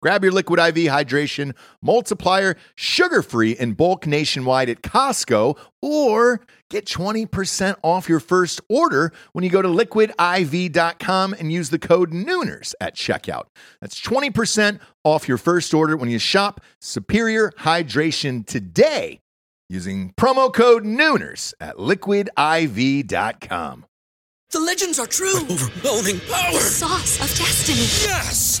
Grab your Liquid IV hydration multiplier, sugar free in bulk nationwide at Costco, or get 20% off your first order when you go to liquidiv.com and use the code Nooners at checkout. That's 20% off your first order when you shop Superior Hydration today using promo code Nooners at liquidiv.com. The legends are true. overwhelming power! Sauce of destiny. Yes!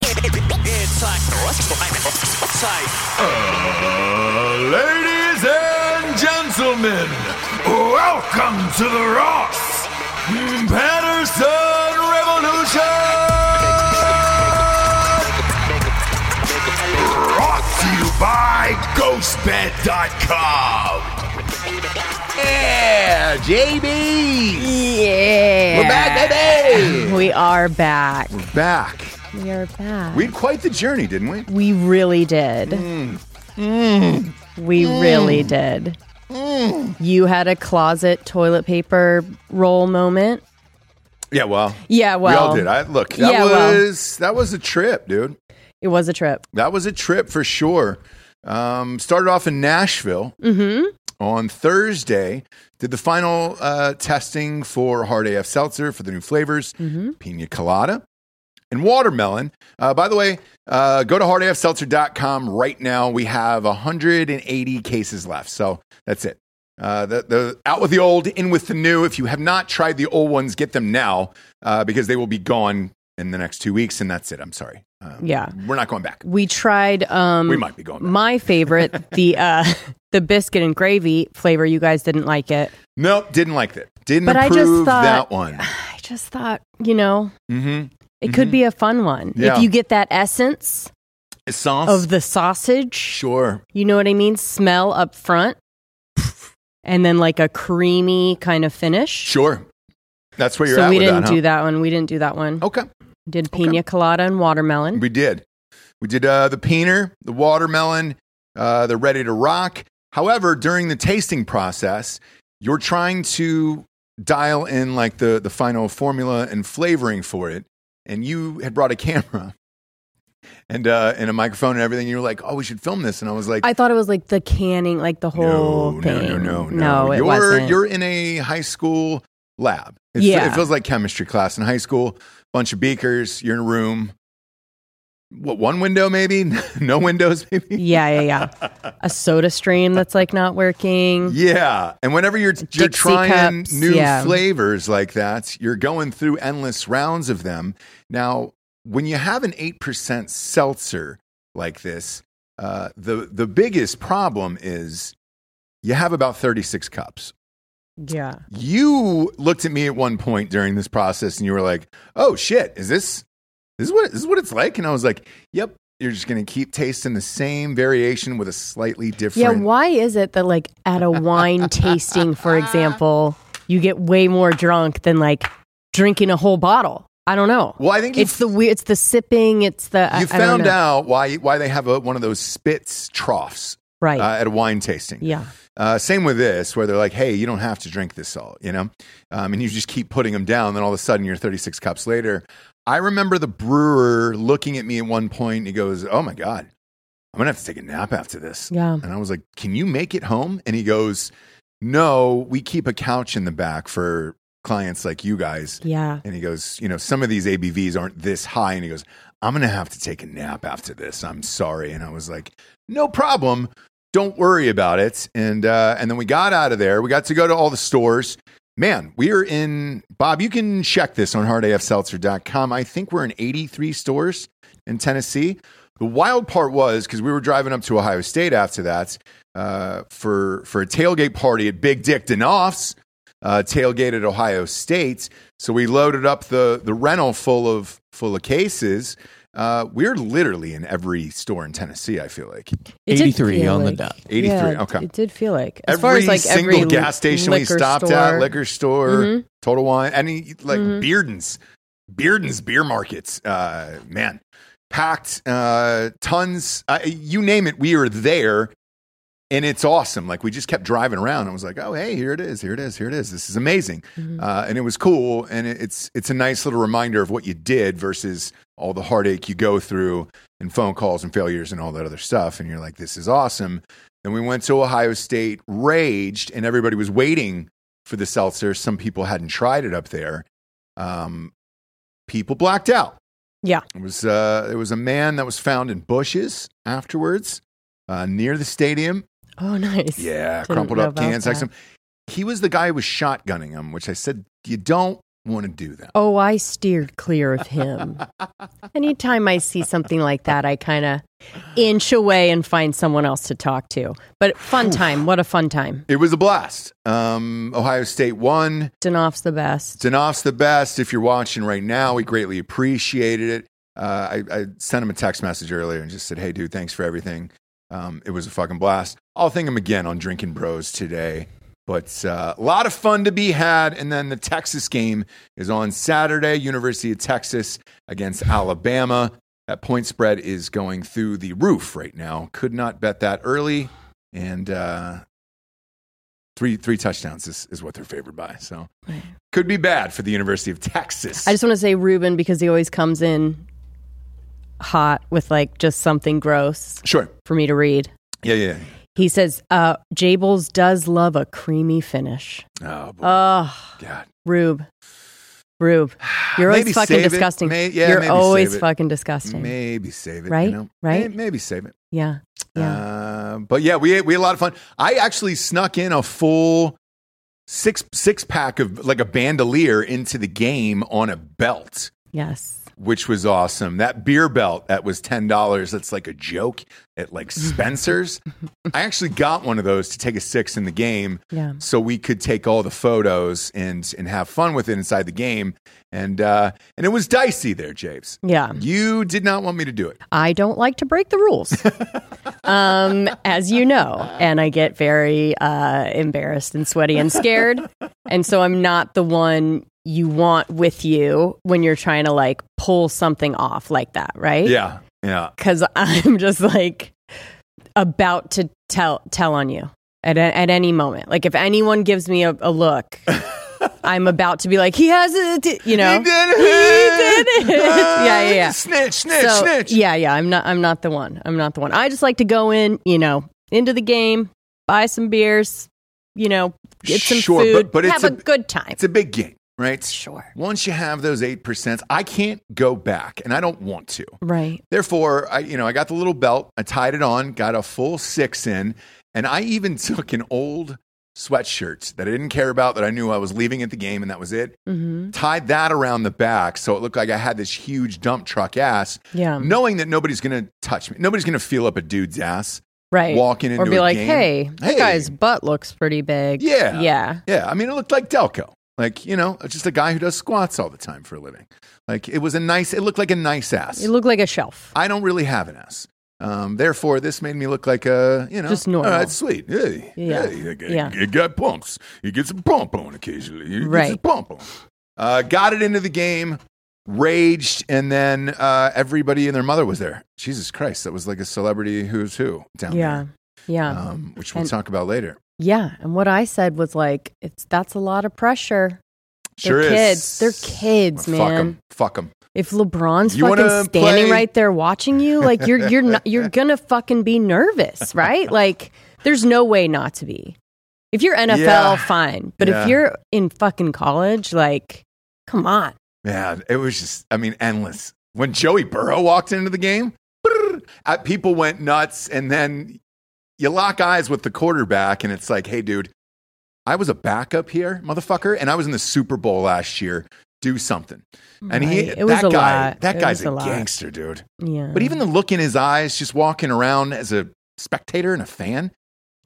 It's like type. Ladies and gentlemen, welcome to the Ross Patterson Revolution! Brought to you by GhostBed.com. Yeah, JB! Yeah. We're back, baby! We are back. We're back. We are back. We We, had quite the journey, didn't we? really did. We really did. You had a closet toilet paper roll moment. Yeah, well, Yeah, well, we all did. I look. That Yeah, well. was that was a trip, dude. it was a trip. That was a trip for sure. Um, started off in Nashville mm-hmm. on Thursday. Did the final uh, testing for Hard AF Seltzer for the new flavors, Pina Colada and watermelon. Uh, by the way, uh, go to hardafseltzer.com right now. We have 180 cases left. So that's it. Uh, the, the out with the old, in with the new. If you have not tried the old ones, get them now uh, because they will be gone in the next two weeks, and that's it. I'm sorry. Uh, Yeah. we're not going back. We tried um We might be going back. my favorite, the uh the biscuit and gravy flavor. You guys didn't like it. Nope, didn't like that. Didn't But I just approve thought- that one. I just thought, you know, hmm it could be a fun one. Yeah. If you get that essence Sauce. of the sausage. sure. You know what I mean? Smell up front. And then like a creamy kind of finish. Sure. That's where you're so at we with didn't that, do huh? that one. We didn't do that one. Okay. Did pina colada and watermelon. We did. We did uh, the peener, the watermelon, uh, the ready to rock. However, during the tasting process, you're trying to dial in like the the final formula and flavoring for it, and you had brought a camera and uh, and a microphone and everything. You were like, "Oh, we should film this," and I was like, I thought it was like the canning, like the whole no, thing. No, no, no, no. it you're wasn't. you're in a high school lab. It's, Yeah. it feels like chemistry class in high school. Bunch of beakers. You're in a room. What one window maybe? no windows maybe. yeah, yeah, yeah. a soda stream that's like not working. Yeah, and whenever you're Dixie you're trying cups, new yeah. flavors like that, you're going through endless rounds of them. Now, when you have an eight percent seltzer like this, uh, the the biggest problem is you have about thirty six cups. Yeah. You looked at me at one point during this process, and you were like, "Oh shit, is this this is what this is what it's like?" And I was like, "Yep." You're just going to keep tasting the same variation with a slightly Yeah, different. why is it that like at a wine tasting, for example, you get way more drunk than like drinking a whole bottle? I don't know. Well, I think you it's the we- it's the sipping, it's the I- you I don't found know. out why why they have a, one of those spits troughs right? uh, at a wine tasting. yeah, Uh, same with this, where they're like, "Hey, you don't have to drink this all," you know, um, and you just keep putting them down. Then all of a sudden, you're 36 cups later. I remember the brewer looking at me at one point. And he goes, "Oh my god, I'm gonna have to take a nap after this." yeah. And I was like, "Can you make it home?" And he goes, "No, we keep a couch in the back for clients like you guys." Yeah. And he goes, you know, some of these ABVs aren't this high. And he goes, I'm going to have to take a nap after this. I'm sorry. And I was like, no problem. Don't worry about it. And, uh, and then we got out of there. We got to go to all the stores. Man, we are in, Bob, you can check this on hardafseltzer.com. I think we're in 83 stores in Tennessee. The wild part was because we were driving up to Ohio State after that uh, for, for a tailgate party at Big Dick Danoff's uh, tailgate at Ohio State. So we loaded up the the rental full of full of cases. Uh, we're literally in every store in Tennessee. I feel like It did 83 feel on the like- dot. 83, yeah, okay. It did feel like as every far as like single every gas station we liquor stopped at, store- liquor store, Mhm. Total Wine, any like Mhm. Bearden's, Bearden's beer markets. Uh, man, packed uh, tons. Uh, you name it, we were there. And it's awesome. Like we just kept driving around. I was like, "Oh, hey, here it is, here it is, here it is. This is amazing." Mhm. uh, and it was cool. And it, it's it's a nice little reminder of what you did versus all the heartache you go through and phone calls and failures and all that other stuff. And you're like, this is awesome. And we went to Ohio State, raged, and everybody was waiting for the seltzer. Some people hadn't tried it up there. Um, people blacked out. Yeah. It was uh, there was a man that was found in bushes afterwards uh, near the stadium. Oh, nice. Yeah, Didn't crumpled know up about cans. Like that. some, he was the guy who was shotgunning him, which I said you don't want to do that. Oh, I steered clear of him. Anytime I see something like that, I kind of inch away and find someone else to talk to. But fun time. What a fun time. It was a blast. Um, Ohio State won. Danoff's the best. Danoff's the best. If you're watching right now, we greatly appreciated it. Uh, I, I sent him a text message earlier and just said, "Hey, dude, thanks for everything. Um, it was a fucking blast." I'll thank him again on Drinking Bros today. But uh, a lot of fun to be had. And then the Texas game is on Saturday. University of Texas against Alabama. That point spread is going through the roof right now. Could not bet that early, and uh, three three touchdowns is, is what they're favored by. So could be bad for the University of Texas. I just want to say Ruben because he always comes in hot with like just something gross sure. for me to read. Yeah, yeah. He says, uh, Jables does love a creamy finish. yeah. Oh boy. Ugh. God. Rube. Rube. You're always Maybe fucking save it. disgusting. May- yeah, You're maybe always save it. fucking disgusting. Maybe save it. Right? You know? Right? May- Maybe save it. Yeah. Yeah. Uh, but yeah, we we had a lot of fun. I actually snuck in a full six six pack of like a bandolier into the game on a belt. yes. which was awesome. That beer belt that was ten dollars. That's like a joke at like Spencer's. I actually got one of those to take a six in the game, Yeah. so we could take all the photos and and have fun with it inside the game. And uh, and it was dicey there, Japes. Yeah. You did not want me to do it. I don't like to break the rules, um, as you know, and I get very uh, embarrassed and sweaty and scared, and so I'm not the one you want with you when you're trying to like pull something off like that, right? Yeah, yeah. because I'm just like about to tell tell on you at a- at any moment. Like if anyone gives me a, a look, I'm about to be like, he has it, you know. He did it. He did it. Ah, yeah, yeah, yeah. Snitch, snitch, so, snitch. Yeah, yeah. I'm not. I'm not the one. I'm not the one. I just like to go in, you know, into the game, buy some beers, you know, get some Sure, but- food, but it's have a- a, good time. It's a big game, right? Sure. Once you have those 8%, I can't go back and I don't want to. right. Therefore, I you know, I got the little belt, I tied it on, got a full 6 in, and I even took an old sweatshirt that I didn't care about that I knew I was leaving at the game and that was it. hmm Tied that around the back so it looked like I had this huge dump truck ass, Yeah. knowing that nobody's going to touch me. Nobody's going to feel up a dude's ass right. walking into or be a like, game. hey, that Hey. guy's butt looks pretty big. Yeah. Yeah. Yeah, I mean, it looked like Delco. Like, you know, just a guy who does squats all the time for a living. Like, it was a nice, it looked like a nice ass. It looked like a shelf. I don't really have an ass. Um, therefore, this made me look like a, you know, Just normal. All right, sweet. Hey, Yeah. hey, that guy- Yeah. that guy pumps. He gets a pump on occasionally. He gets Right. a pump on. Uh, got it into the game, raged, and then uh, everybody and their mother was there. Jesus Christ, that was like a celebrity who's who down Yeah. there, Yeah. um, which we'll And- talk about later. yeah. And what I said was like, it's that's a lot of pressure. Sure They're kids. is. They're kids, Fuck man. them. Fuck them. If LeBron's You fucking wanna standing play- right there watching you, like you're you're not you're gonna fucking be nervous, right? Like there's no way not to be. If you're NFL, Yeah. fine. But Yeah. if you're in fucking college, like, come on. Man, it was just, I mean, endless. When Joey Burrow walked into the game, brrr, uh, people went nuts. And then you lock eyes with the quarterback, and it's like, hey, dude, I was a backup here, motherfucker, and I was in the Super Bowl last year. Do something. And he, Right. It was that a guy, lot. that It guy's was a a, lot. gangster, dude. Yeah. But even the look in his eyes, just walking around as a spectator and a fan,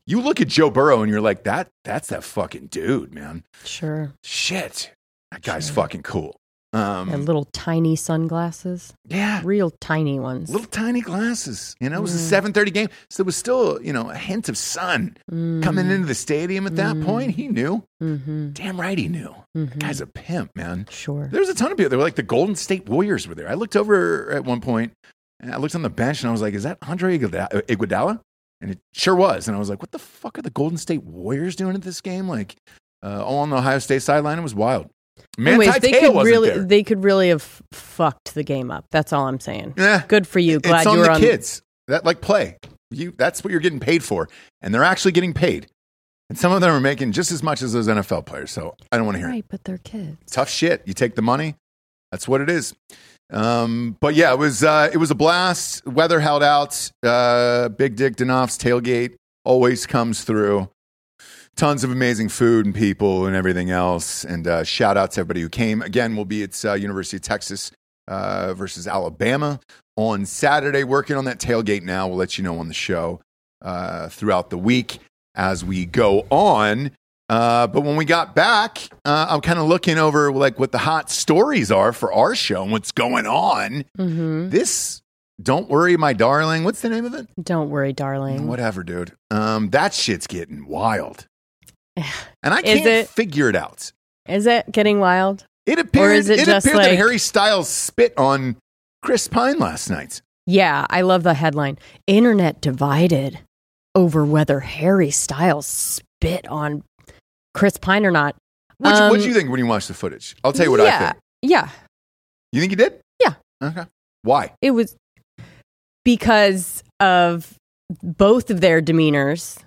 you look at Joe Burrow and you're like, that, that's that fucking dude, man. sure. Shit, that guy's fucking cool. Um, And little tiny sunglasses. yeah, Real tiny ones. little tiny glasses. You know, it was a Mm. seven thirty game, so there was still you know a hint of sun Mm. coming into the stadium at that Mm. point. He knew, Mhm. damn right, he knew. Mhm. Guy's a pimp, man. Sure. There was a ton of people. They were like the Golden State Warriors were there. I looked over at one point, and I looked on the bench, and I was like, "Is that Andre Iguodala- Iguodala?" And it sure was. And I was like, "What the fuck are the Golden State Warriors doing at this game?" Like, uh, all on the Ohio State sideline, it was wild. Man, Anyways, they could wasn't really there. they could really have f- fucked the game up. That's all I'm saying. Yeah. Good for you. Glad it's on you were the on kids that like play you that's what you're getting paid for and they're actually getting paid and some of them are making just as much as those nfl players so i don't want to hear it. Right, but they're kids. tough shit you take the money that's what it is um, but yeah it was uh, it was a blast weather held out uh, big dick danoff's tailgate always comes through tons of amazing food and people and everything else and uh, shout out to everybody who came again we'll be at uh, university of texas uh, versus Alabama on Saturday. Working on that tailgate now. We'll let you know on the show uh, throughout the week as we go on. Uh, but when we got back, uh, I'm kind of looking over like what the hot stories are for our show and what's going on. hmm This, don't worry, my darling. What's the name of it? Don't worry, darling. Whatever, dude. Um, that shit's getting wild, and I Is can't it? figure it out. Is it getting wild? It appeared, is it just appeared that like- Harry Styles spit on Chris Pine last night. Yeah, I love the headline. Internet divided over whether Harry Styles spit on Chris Pine or not. What do Um, you think when you watch the footage? I'll tell you what yeah, I think. Yeah, You think you did? Yeah. Okay. Why? it was because of both of their demeanors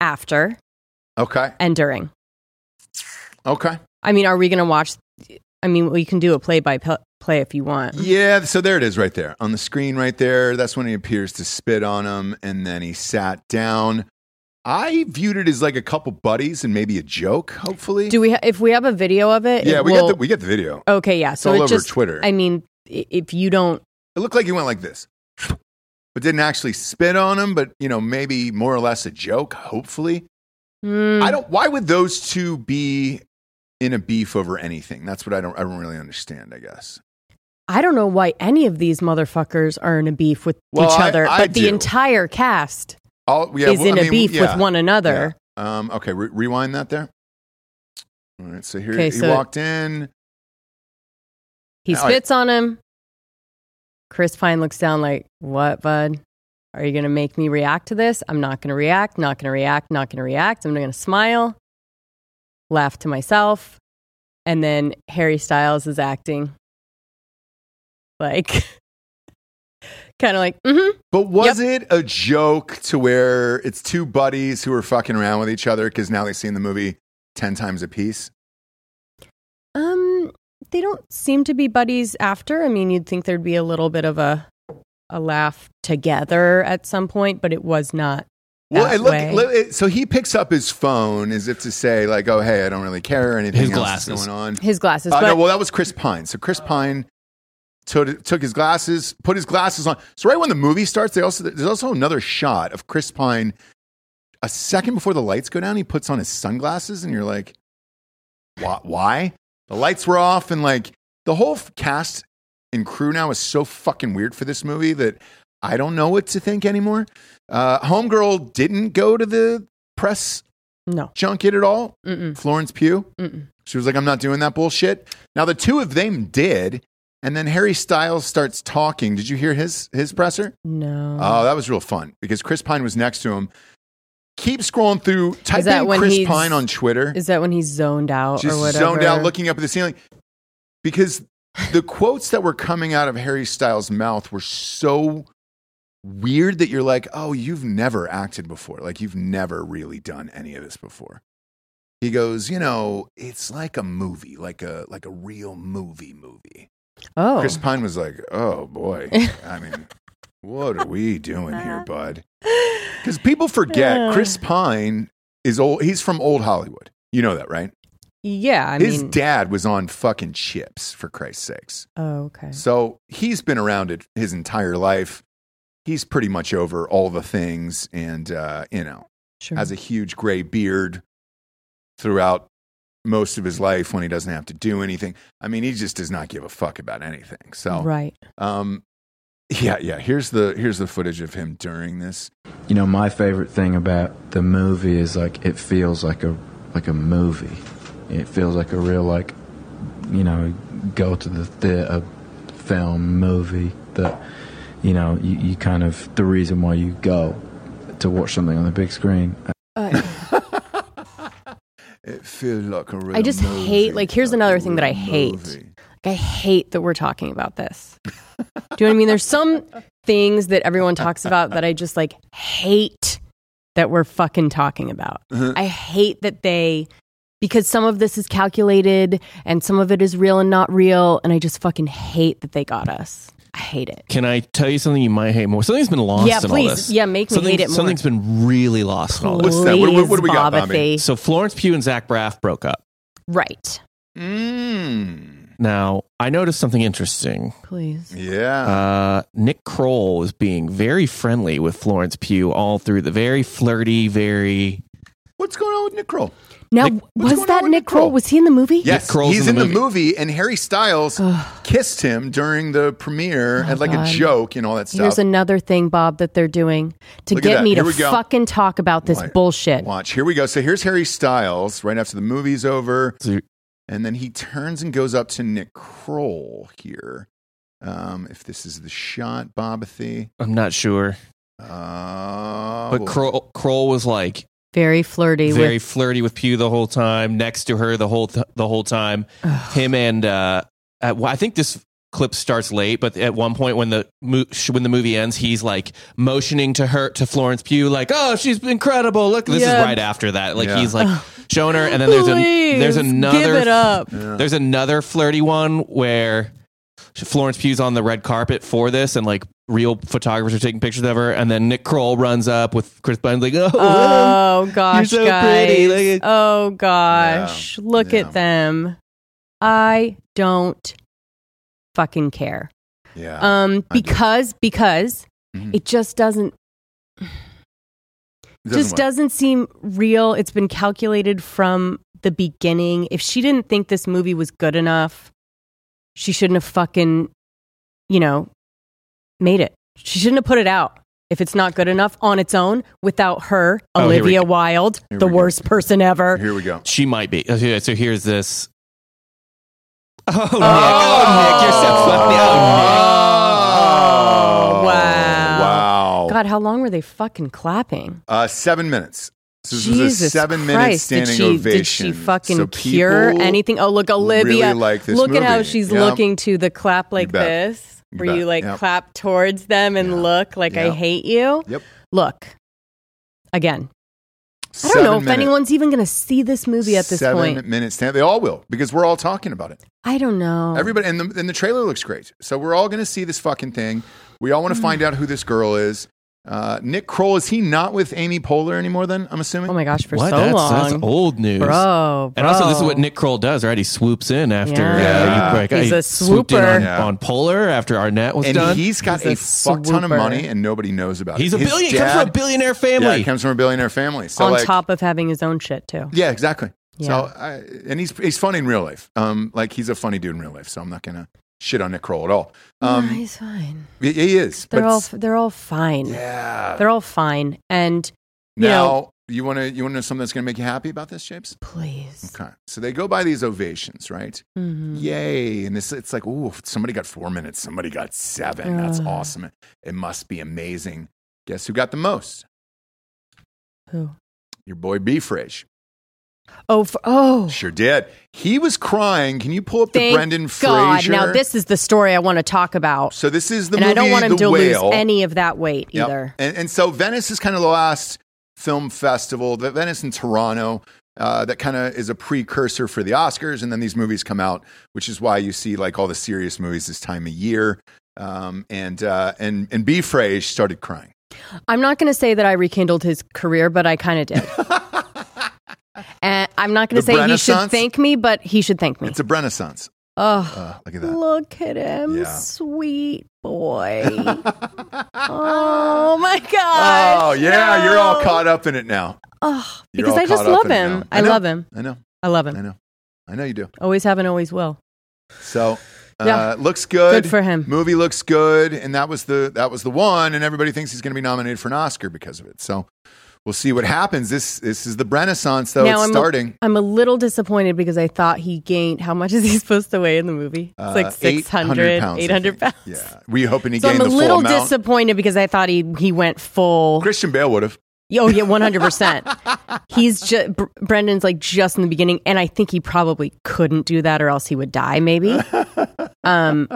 after Okay. and during. Okay. I mean, are we going to watch? I mean, we can do a play by play if you want. Yeah. So there it is right there on the screen right there. That's when he appears to spit on him and then he sat down. I viewed it as like a couple buddies and maybe a joke, hopefully. Do we? Ha- if we have a video of it, yeah, it we, will- got the, we got the video. Okay, yeah. It's So all it over just, Twitter. I mean, i- if you don't, it looked like he went like this, but didn't actually spit on him, but, you know, maybe more or less a joke, hopefully. Hmm. I don't. Why would those two be in a beef over anything? That's what I don't. I don't really understand. I guess. I don't know why any of these motherfuckers are in a beef with Well, each I- other, I but do. the entire cast All, yeah, is well, in I a mean, beef yeah, with one another. yeah. Um, okay, re- rewind that there. All right, so here 'Kay, he so- walked in. He All right. spits on him. Chris Pine looks down like, "What, bud? Are you going to make me react to this? I'm not going to react. Not going to react. Not going to react. I'm going to smile, laugh to myself, and then Harry Styles is acting like kind of like mm-hmm. But was it a joke to where it's two buddies who are fucking around with each other because now they've seen the movie 10 times apiece? Um, they don't seem to be buddies after. I mean, you'd think there'd be a little bit of a a laugh together at some point, but it was not. Well, that it look, way. look- it- so he picks up his phone as if to say, like, oh, hey, I don't really care or anything His else glasses. is going on. his glasses. Uh, but no, well, that was Chris Pine. So Chris Pine took, took his glasses, put his glasses on. So right when the movie starts, they also there's also another shot of Chris Pine. A second before the lights go down, he puts on his sunglasses, and you're like, "Why?" why? The lights were off, and like the whole f- cast and crew now is so fucking weird for this movie that I don't know what to think anymore. Uh, Homegirl didn't go to the press no, junket at all. Mm-mm. Florence Pugh. Mm-mm. She was like, I'm not doing that bullshit. Now the two of them did, and then Harry Styles starts talking. Did you hear his his presser? Mm-hmm. no. Oh, that was real fun because Chris Pine was next to him. Keep scrolling through. Type that in when Chris he's- Pine on Twitter. Is that when he's zoned out Just or whatever? zoned out, looking up at the ceiling. Because the quotes that were coming out of Harry Styles' mouth were so weird that you're like, oh, you've never acted before. Like, you've never really done any of this before. He goes, you know, it's like a movie, like a like a real movie movie. Oh, Chris Pine was like, oh boy. I mean, what are we doing Uh-huh. here, bud? Because people forget Chris Pine is old he's from old Hollywood. You know that, right? yeah. I His mean, dad was on fucking chips, for Christ's sakes. oh, okay. So he's been around it his entire life. He's pretty much over all the things and, uh, you know, Sure. has a huge gray beard throughout most of his life when he doesn't have to do anything. I mean, he just does not give a fuck about anything. So, right. um, yeah, yeah. Here's the here's the footage of him during this. You know, my favorite thing about the movie is like it feels like a like a movie. It feels like a real like you know go to the theater film movie that you know you, you kind of the reason why you go to watch something on the big screen. Uh, It feels like a real I just movie, hate- like, here's a another thing that I real hate. movie. Like, I hate that we're talking about this. Do you know what I mean? There's some things that everyone talks about that I just like hate that we're fucking talking about. Uh-huh. I hate that they because some of this is calculated and some of it is real and not real and I just fucking hate that they got us. I hate it. Can I tell you something you might hate more? Something's been lost Yeah, in please. all this. Yeah, make me Something's- hate it more. Something's been really lost in all this. What's that? What- what- what do we got, Bobby? So Florence Pugh and Zach Braff broke up. Right. Mm, Now, I noticed something interesting. Please. yeah. Uh, Nick Kroll was being very friendly with Florence Pugh all through the very flirty, very What's going on with Nick Kroll? Now Nick- what's was going on that with Nick Nick Kroll? Kroll? Was he in the movie? Yes, Kroll's he's in in the the movie, and Harry Styles kissed him during the premiere as like God. a joke and all that stuff. Here's another thing, Bob, that they're doing to Look at that. get me Here to we go. fucking talk about this Why- bullshit. Watch. Here we go. So here's Harry Styles right after the movie's over, So- and then he turns and goes up to Nick Kroll here. Um, if this is the shot, Bobathy. I'm not sure. Uh, But well, Kroll, Kroll was like Very flirty very with flirty with Pew the whole time, next to her the whole th- the whole time. Him and uh, at, well, I think this clip starts late, but at one point when the mo- sh- when the movie ends, he's like motioning to her to Florence Pugh, like, "Oh, she's incredible! Look, this Yeah. is right after that." Like Yeah. he's like showing her, and then there's a Please, there's another give it up. there's another flirty one where Florence Pugh's on the red carpet for this, and like real photographers are taking pictures of her, and then Nick Kroll runs up with Chris Bunn's like, "Oh." Oh gosh, so guys. pretty, look at- oh gosh. Yeah, Look yeah. at them. I don't fucking care. yeah. Um I do. because because Mhm. it just doesn't It just work. doesn't seem real. It's been calculated from the beginning. If she didn't think this movie was good enough, she shouldn't have fucking, you know, made it. She shouldn't have put it out if it's not good enough on its own without her, Oh, here we Olivia go. Wilde, Here the we go. worst person ever. Here we go. She might be. Okay, so here's this. Oh, Nick. Oh, Nick, you're so funny. Oh, wow. Wow. God, how long were they fucking clapping? Uh, seven minutes. So this was a Jesus seven minute Christ, standing did she, ovation. Did she fucking So cure people- anything? Oh, look, Olivia. really like this look at how movie. she's Yeah. looking to the clap like bet. this, You where you bet. like Yep. clap towards them and Yeah. look like I Yep. hate you. Yep. Look, again, I don't Seven know if minute- anyone's even going to see this movie at this seven point. minute stand. They all will because we're all talking about it. I don't know. Everybody, and the, and the trailer looks great. So we're all going to see this fucking thing. We all want Mm. to find out who this girl is. Uh, Nick Kroll is he not with Amy Poehler anymore? Then I'm assuming. oh my gosh, for What? so that's, long, that's old news. bro, And also, this is bro. what Nick Kroll does, right? He swoops in after Yeah. Yeah. Uh, you- like, He's I a swooped in swooper. on, Yeah. on Polar after Arnett was and done. he's got a, He's a fuck ton of swooper. money, and nobody knows about He's it. a His billion. he comes from a dad- billionaire Yeah, family. he comes from a billionaire family. So on like, top of having his own shit too. Yeah, exactly. Yeah. So, I, and he's he's funny in real life. Um, like he's a funny dude in real life. So I'm not gonna shit on Nick Kroll at all. no, Um, he's fine. he, he is. They're but all s- they're all fine. yeah. They're all fine. And you now know, you want to you want to know something that's gonna make you happy about this, Japes? please. Okay. So they go by these ovations, right? Mhm. Yay! And this it's like, ooh, somebody got four minutes. Somebody got seven. That's Ugh. awesome. It must be amazing. Guess who got the most? Who? Your boy B. Frisch. Oh, for, oh. Sure did. He was crying. Can you pull up the Thank Brendan God. Fraser? Now this is the story I want to talk about. So this is the and movie. I don't want him the to whale. lose any of that weight Yep. either. And, and so Venice is kind of the last film festival, the Venice and Toronto, uh, that kind of is a precursor for the Oscars. And then these movies come out, which is why you see like all the serious movies this time of year. Um, and, uh, and, and B. Frage started crying. I'm not going to say that I rekindled his career, but I kind of did. and I'm not going The to say he should Renaissance? thank me, but he should thank me. It's a Renaissance. oh, Uh, look at that. look at him, Yeah. sweet boy. oh my God. Oh, yeah. You're all no. caught up in it now. Oh, You're because all I just caught up love in it him. now. I, know. love him. I know. I love him. I know. I know you do. Always have and always will. So uh, Yeah. looks good. Good for him. Movie looks good, and that was the that was the one, and everybody thinks he's going to be nominated for an Oscar because of it. So we'll see what happens. This this is the Renaissance, though. it's I'm A, starting. I'm a little disappointed because I thought he gained. How much is he supposed to weigh in the movie? It's uh, like 600, 800 pounds. I 800 think. pounds. Yeah, we hoping he So gained I'm a the full little amount. disappointed because I thought he he went full. Christian Bale would have. Oh yeah, 100. percent He's just Brendan's like just in the beginning, and I think he probably couldn't do that, or else he would die maybe. um,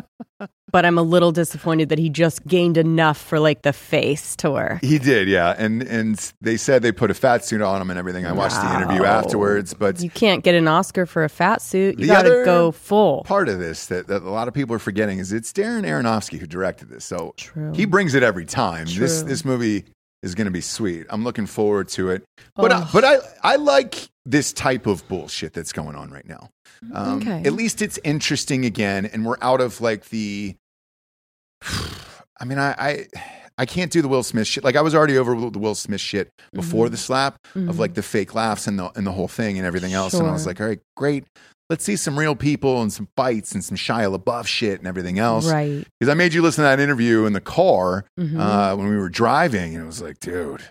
but I'm a little disappointed that he just gained enough for like the face to work. He did, yeah. And and they said they put a fat suit on him and everything. I watched the interview No. afterwards, but Oh. You can't get an Oscar for a fat suit. You The gotta other go full. part of this that, that a lot of people are forgetting is it's Darren Aronofsky who directed this. So True. he brings it every time. This True. this movie is going to be sweet. I'm looking forward to it. But I, but I I like this type of bullshit that's going on right now. Um, Okay. At least it's interesting again, and we're out of like the. I mean, I. I I can't do the Will Smith shit. Like I was already over the Will Smith shit before Mm-hmm. the slap of like the fake laughs and the and the whole thing and everything else. And I was Sure. like, all right, great. Let's see some real people and some fights and some Shia LaBeouf shit and everything else. Right. Because I made you listen to that interview in the car Mhm. uh, when we were driving, and it was like, dude,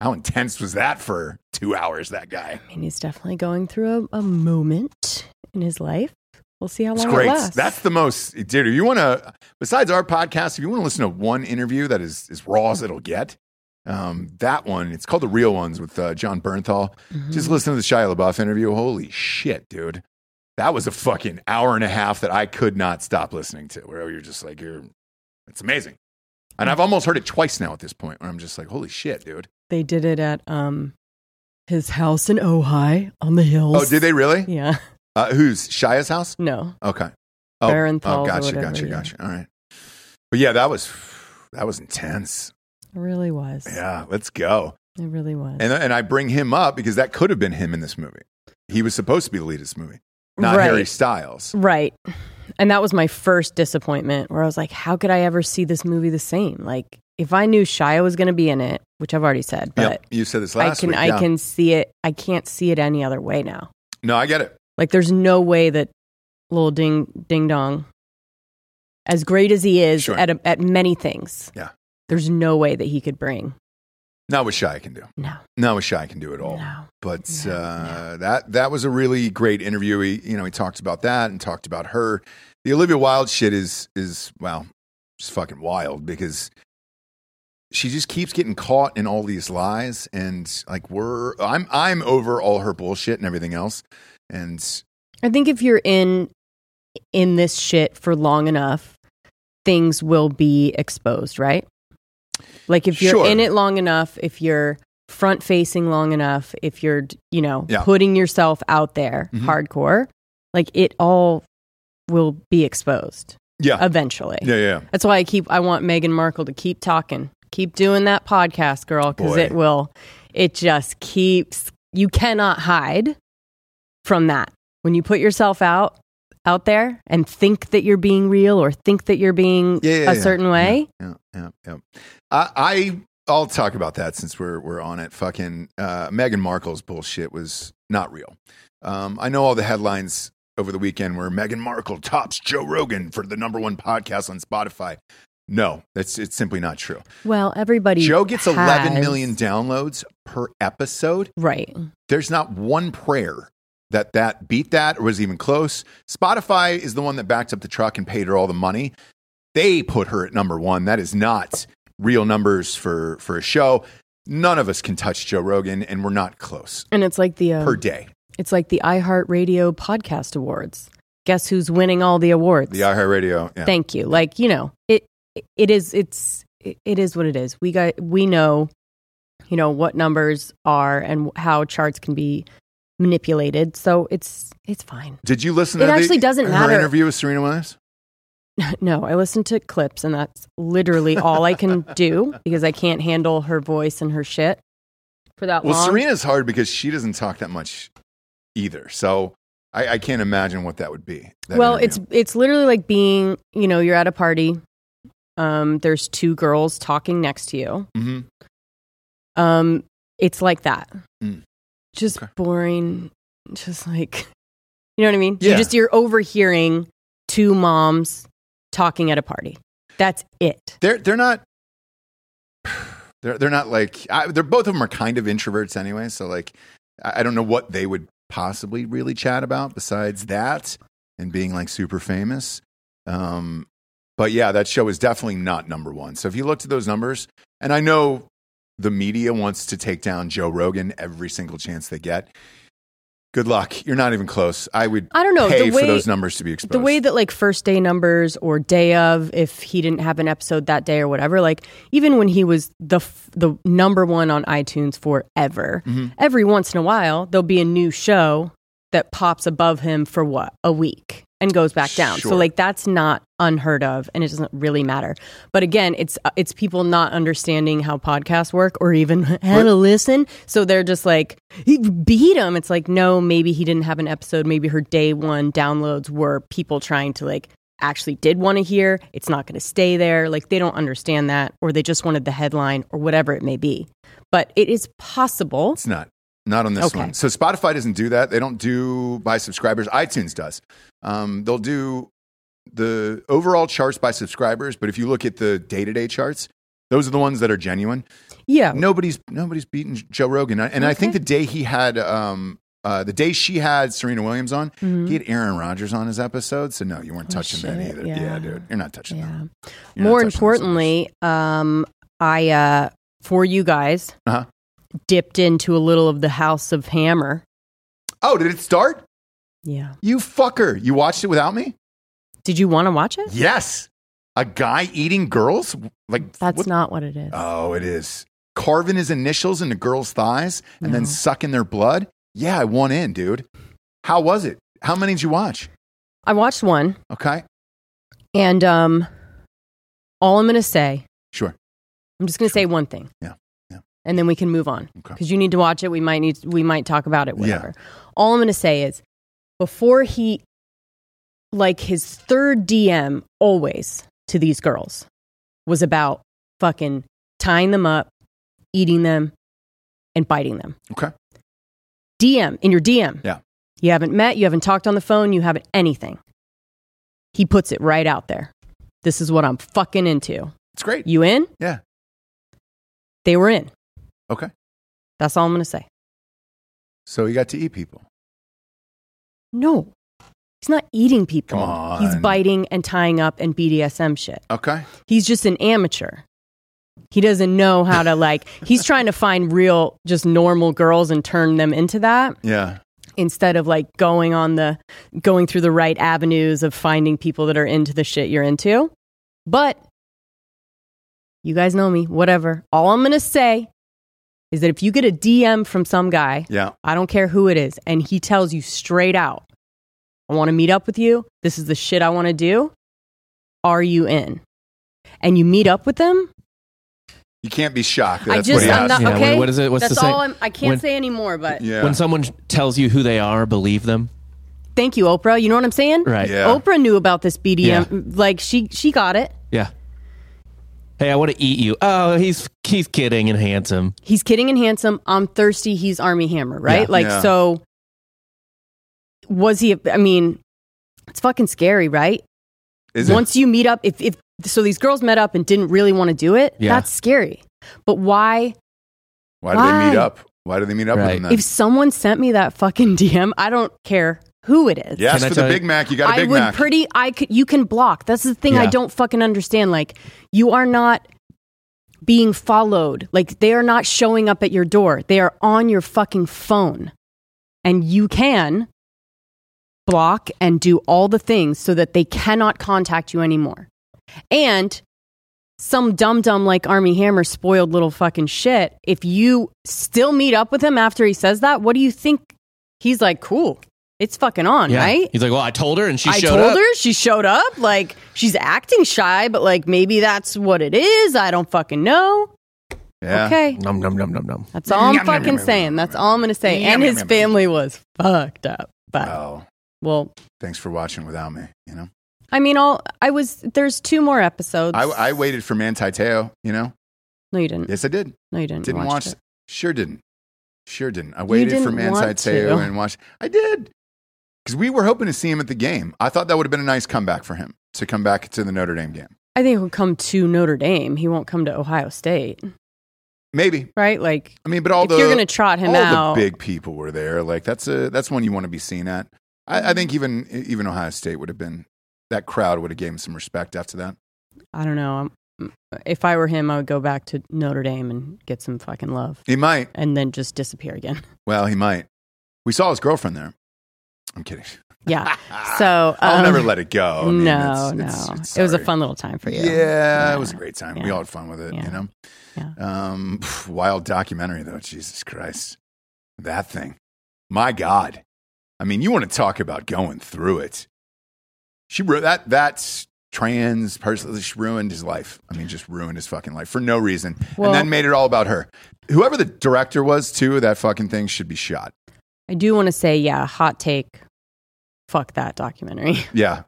how intense was that for two hours? That guy. I mean, he's definitely going through a, a moment in his life. We'll see how It's long great. it lasts. That's the most, dude. If you want to, besides our podcast, if you want to listen to one interview that is as raw as it'll get, um, that one, it's called The Real Ones with uh, John Bernthal. Mm-hmm. Just Hmm. listen to the Shia LaBeouf interview. Holy shit, dude. That was a fucking hour and a half that I could not stop listening to, where you're just like, you're, it's amazing. And I've almost heard it twice now at this point, where I'm just like, holy shit, dude. they did it at um his house in Ojai on the hills. Oh, did they really? Yeah. Uh, who's Shia's house? No. Okay. Oh, Barenthal's oh or gotcha, whatever, gotcha, yeah. gotcha. All right. But yeah, that was that was intense. It really was. Yeah, let's go. It really was. And uh, and I bring him up because that could have been him in this movie. He was supposed to be the lead of this movie, not Right. Harry Styles. right. And that was my first disappointment where I was like, how could I ever see this movie the same? Like if I knew Shia was gonna be in it, which I've already said, but Yep, you said this I last can week. I yeah. can see it I can't see it any other way now. No, I get it. Like there's no way that little ding ding dong, as great as he is Sure. at a, at many things, Yeah. there's no way that he could bring. Not what Shy can do. No, Not what Shy can do at all. no, But No, uh, that that was a really great interview. He, you know, he talked about that and talked about her. The Olivia Wilde shit is is well, just fucking wild because she just keeps getting caught in all these lies and like we're I'm I'm over all her bullshit and everything else. And I think if you're in in this shit for long enough, things will be exposed, right? Like if you're Sure. in it long enough, if you're front facing long enough, if you're, you know, Yeah. putting yourself out there Mhm. hardcore, like it all will be exposed yeah. eventually. Yeah, yeah. That's why I keep I want Meghan Markle to keep talking. Keep doing that podcast, girl, because Boy. it will it just keeps you cannot hide from that. When you put yourself out out there and think that you're being real or think that you're being Yeah, yeah, a yeah. certain way. Yeah, yeah, yeah. I, I I'll talk about that since we're we're on it. Fucking uh, Meghan Markle's bullshit was not real. Um, I know all the headlines over the weekend were Meghan Markle tops Joe Rogan for the number one podcast on Spotify. No, that's it's simply not true. Well, everybody Joe gets has- 11 million downloads per episode. Right. There's not one prayer that that beat that or was even close. Spotify is the one that backed up the truck and paid her all the money. They put her at number one. That is not real numbers for for a show. None of us can touch Joe Rogan, and we're not close And it's like the um, per day. it's like the iHeartRadio podcast awards. Guess who's winning all the awards? The iHeartRadio, yeah, thank you like you know it it is it's it is what it is we got we know you know what numbers are and how charts can be manipulated so it's it's fine Did you listen? It to the- actually doesn't her matter. interview with Serena Williams. no i listen to clips and that's literally all i can do because i can't handle her voice and her shit for that Well, long Serena's hard because she doesn't talk that much either. So I, I can't imagine what that would be. that well interview. it's it's literally like being you know you're at a party um there's two girls talking next to you Mhm. Um, it's like that. Mm. Just Okay. boring. Just like you know what I mean? Yeah. You just you're overhearing two moms talking at a party. That's it. they're they're not they're they're not like I, they're both of them are kind of introverts anyway. So like I, I don't know what they would possibly really chat about besides that and being like super famous. Um, but yeah, that show is definitely not number one. So if you looked at those numbers, and I know the media wants to take down Joe Rogan every single chance they get. Good luck. You're not even close. I would I don't know. pay The for way- those numbers to be exposed. The way that like first day numbers or day of, if he didn't have an episode that day or whatever, like even when he was the f- the number one on iTunes forever, Mm-hmm. every once in a while there'll be a new show that pops above him for what a week and goes back down. Sure. So like that's not unheard of, and it doesn't really matter. But again, it's uh, it's people not understanding how podcasts work or even how to listen, so they're just like he beat him. It's like no, maybe he didn't have an episode. Maybe her day one downloads were people trying to like actually did want to hear. It's not going to stay there. Like they don't understand that, or they just wanted the headline or whatever it may be. But it is possible. It's not. Not on this Okay. one. So Spotify doesn't do that. They don't do by subscribers. iTunes does. Um, they'll do the overall charts by subscribers, but if you look at the day to day charts, those are the ones that are genuine. Yeah. Nobody's nobody's beaten Joe Rogan, and I think the day he had, um, uh, the day she had Serena Williams on, he had Aaron Rodgers on his episode. So no, you weren't touching that Mm-hmm. Oh, shit, either. Yeah. yeah. dude, you're not touching Yeah. that. You're not More touching those numbers. importantly, um, I uh, for you guys Uh-huh. dipped into a little of the House of Hammer. oh, did it start? Yeah. You fucker! You watched it without me? Did you want to watch it? Yes. A guy eating girls? Like That's what- not what it is. Oh, it is. Carving his initials into girls' thighs and then No. sucking their blood? Yeah, I won in, dude. How was it? How many did you watch? I watched one, Okay. and um, all I'm going to say, Sure. I'm just going to say one thing. Yeah. Yeah. And then we can move on Okay. because you need to watch it. We might need. We might talk about it. Whatever. All I'm going to say is, before he, like his third DM, always to these girls, was about fucking tying them up, eating them, and biting them. Okay. DM in your DM. Yeah. You haven't met. You haven't talked on the phone. You haven't anything. He puts it right out there. This is what I'm fucking into. It's great. You in? Yeah. They were in. Okay. That's all I'm going to say. So you got to eat people. No. He's not eating people. Come on. He's biting and tying up and BDSM shit. Okay. He's just an amateur. He doesn't know how to like. He's trying to find real, just normal girls and turn them into that Yeah. instead of like going on the going through the right avenues of finding people that are into the shit you're into. But you guys know me, whatever. All I'm going to say is that if you get a DM from some guy, Yeah. I don't care who it is, and he tells you straight out, I want to meet up with you. This is the shit I want to do. Are you in? And you meet up with them. You can't be shocked. that I That's just, what he I'm not, asked. Yeah, what- okay. what is it? What's That's the saying? all I'm, I can't When- say anymore, but yeah. When someone tells you who they are, believe them. thank you, Oprah. You know what I'm saying? Right. Yeah. Oprah knew about this BDM. Yeah. Like she she got it. Yeah. Hey, I want to eat you. Oh, he's he's kidding and handsome. He's kidding and handsome. I'm thirsty. He's Army Hammer, right? Yeah. Like Yeah. so. Was he? I mean, it's fucking scary, right? Is it? Once you meet up, if if so, these girls met up and didn't really want to do it. Yeah. That's scary. But why? Why do they Why? meet up? Why do they meet up with Right. him then? If someone sent me that fucking DM, I don't care who it is. yes, Can I for the tell you- Big Mac, you got a I Big would Mac. pretty. I could. You can block. That's the thing I Yeah. don't fucking understand. Like you are not being followed. Like they are not showing up at your door. They are on your fucking phone, and you can block and do all the things so that they cannot contact you anymore. And some dum dum like Army Hammer spoiled little fucking shit. If you still meet up with him after he says that, what do you think? He's like, cool. It's fucking on, right? He's like, well, I told her and she I showed told up. her she showed up. Like she's acting shy, but like maybe that's what it is. I don't fucking know. yeah. Okay, Num num num num num. that's all I'm fucking saying. That's all I'm gonna say. And his family was fucked up. But Well, well, thanks for watching without me. You know, I mean, all I was there's two more episodes. I, I waited for Manti Teo. You know, no, you didn't. yes, I did. No, you didn't. Didn't watch. it. Sure didn't. Sure didn't. I waited for didn't Manti want Teo to. and watched. I did because we were hoping to see him at the game. I thought that would have been a nice comeback for him to come back to the Notre Dame game. I think he'll come to Notre Dame. He won't come to Ohio State, Maybe. right? Like I mean, but all if the you're gonna trot him all out, the big people were there. Like that's a that's one you want to be seen at. I, I think even e, even Ohio State would have been that crowd would have gave him some respect after that. I don't know. I'm, if I were him, I would go back to Notre Dame and get some fucking love, He might. and then just disappear again. Well, he might. We saw his girlfriend there. I'm kidding. Yeah. So I'll um, never let it go. I mean, no, it's- it's- no. it's it was a sorry. fun little time for you. Yeah, it was a great time. We Yeah. all had fun with it, you Yeah. know. Yeah. Um, pff, wild documentary though. Jesus Christ, that thing. My God. I mean, you want to talk about going through it? She ru- that that's trans person. She ruined his life. I mean, just ruined his fucking life for no reason, Well- and then made it all about her. Whoever the director was, too, that fucking thing should be shot. I do want to say, yeah, hot take. Fuck that documentary. Yeah,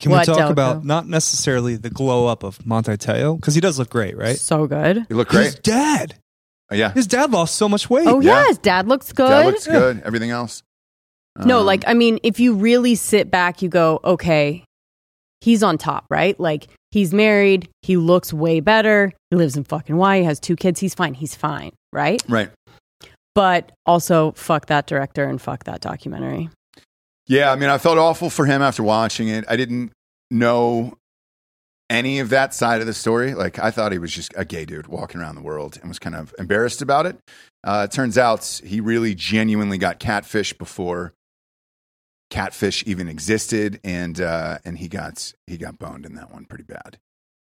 Can What, we talk Delco? about not necessarily the glow up of Monte Teo because he does look great, right? So good. you look His great. dad, Yeah, his dad lost so much weight. Oh Yeah. yes, dad looks good. that looks good. Everything else. no, Um, like I mean, if you really sit back, you go, okay, he's on top, right? Like he's married, he looks way better. He lives in fucking Hawaii, has two kids. He's fine. He's fine, right? right. But also, fuck that director and fuck that documentary. Yeah, I mean, I felt awful for him after watching it. I didn't know any of that side of the story. Like, I thought he was just a gay dude walking around the world and was kind of embarrassed about it. Uh, it turns out he really genuinely got catfish before catfish even existed, and uh, and he got he got boned in that one pretty bad.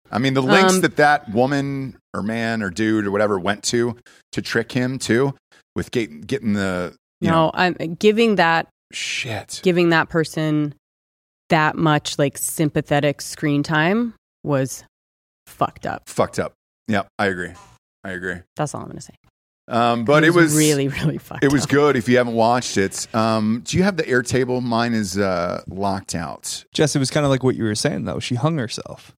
I mean, the links Um, that that woman or man or dude or whatever went to to trick him too with get, getting the you know no, I'm giving that shit. giving that person that much like sympathetic screen time was fucked up. fucked up. Yeah, I agree. I agree. That's all I'm gonna say. Um, but it was, really, really fucked. it was up. good. If you haven't watched it, um, do you have the Airtable? Mine is uh, locked out. Jess, it was kind of like what you were saying though. She hung herself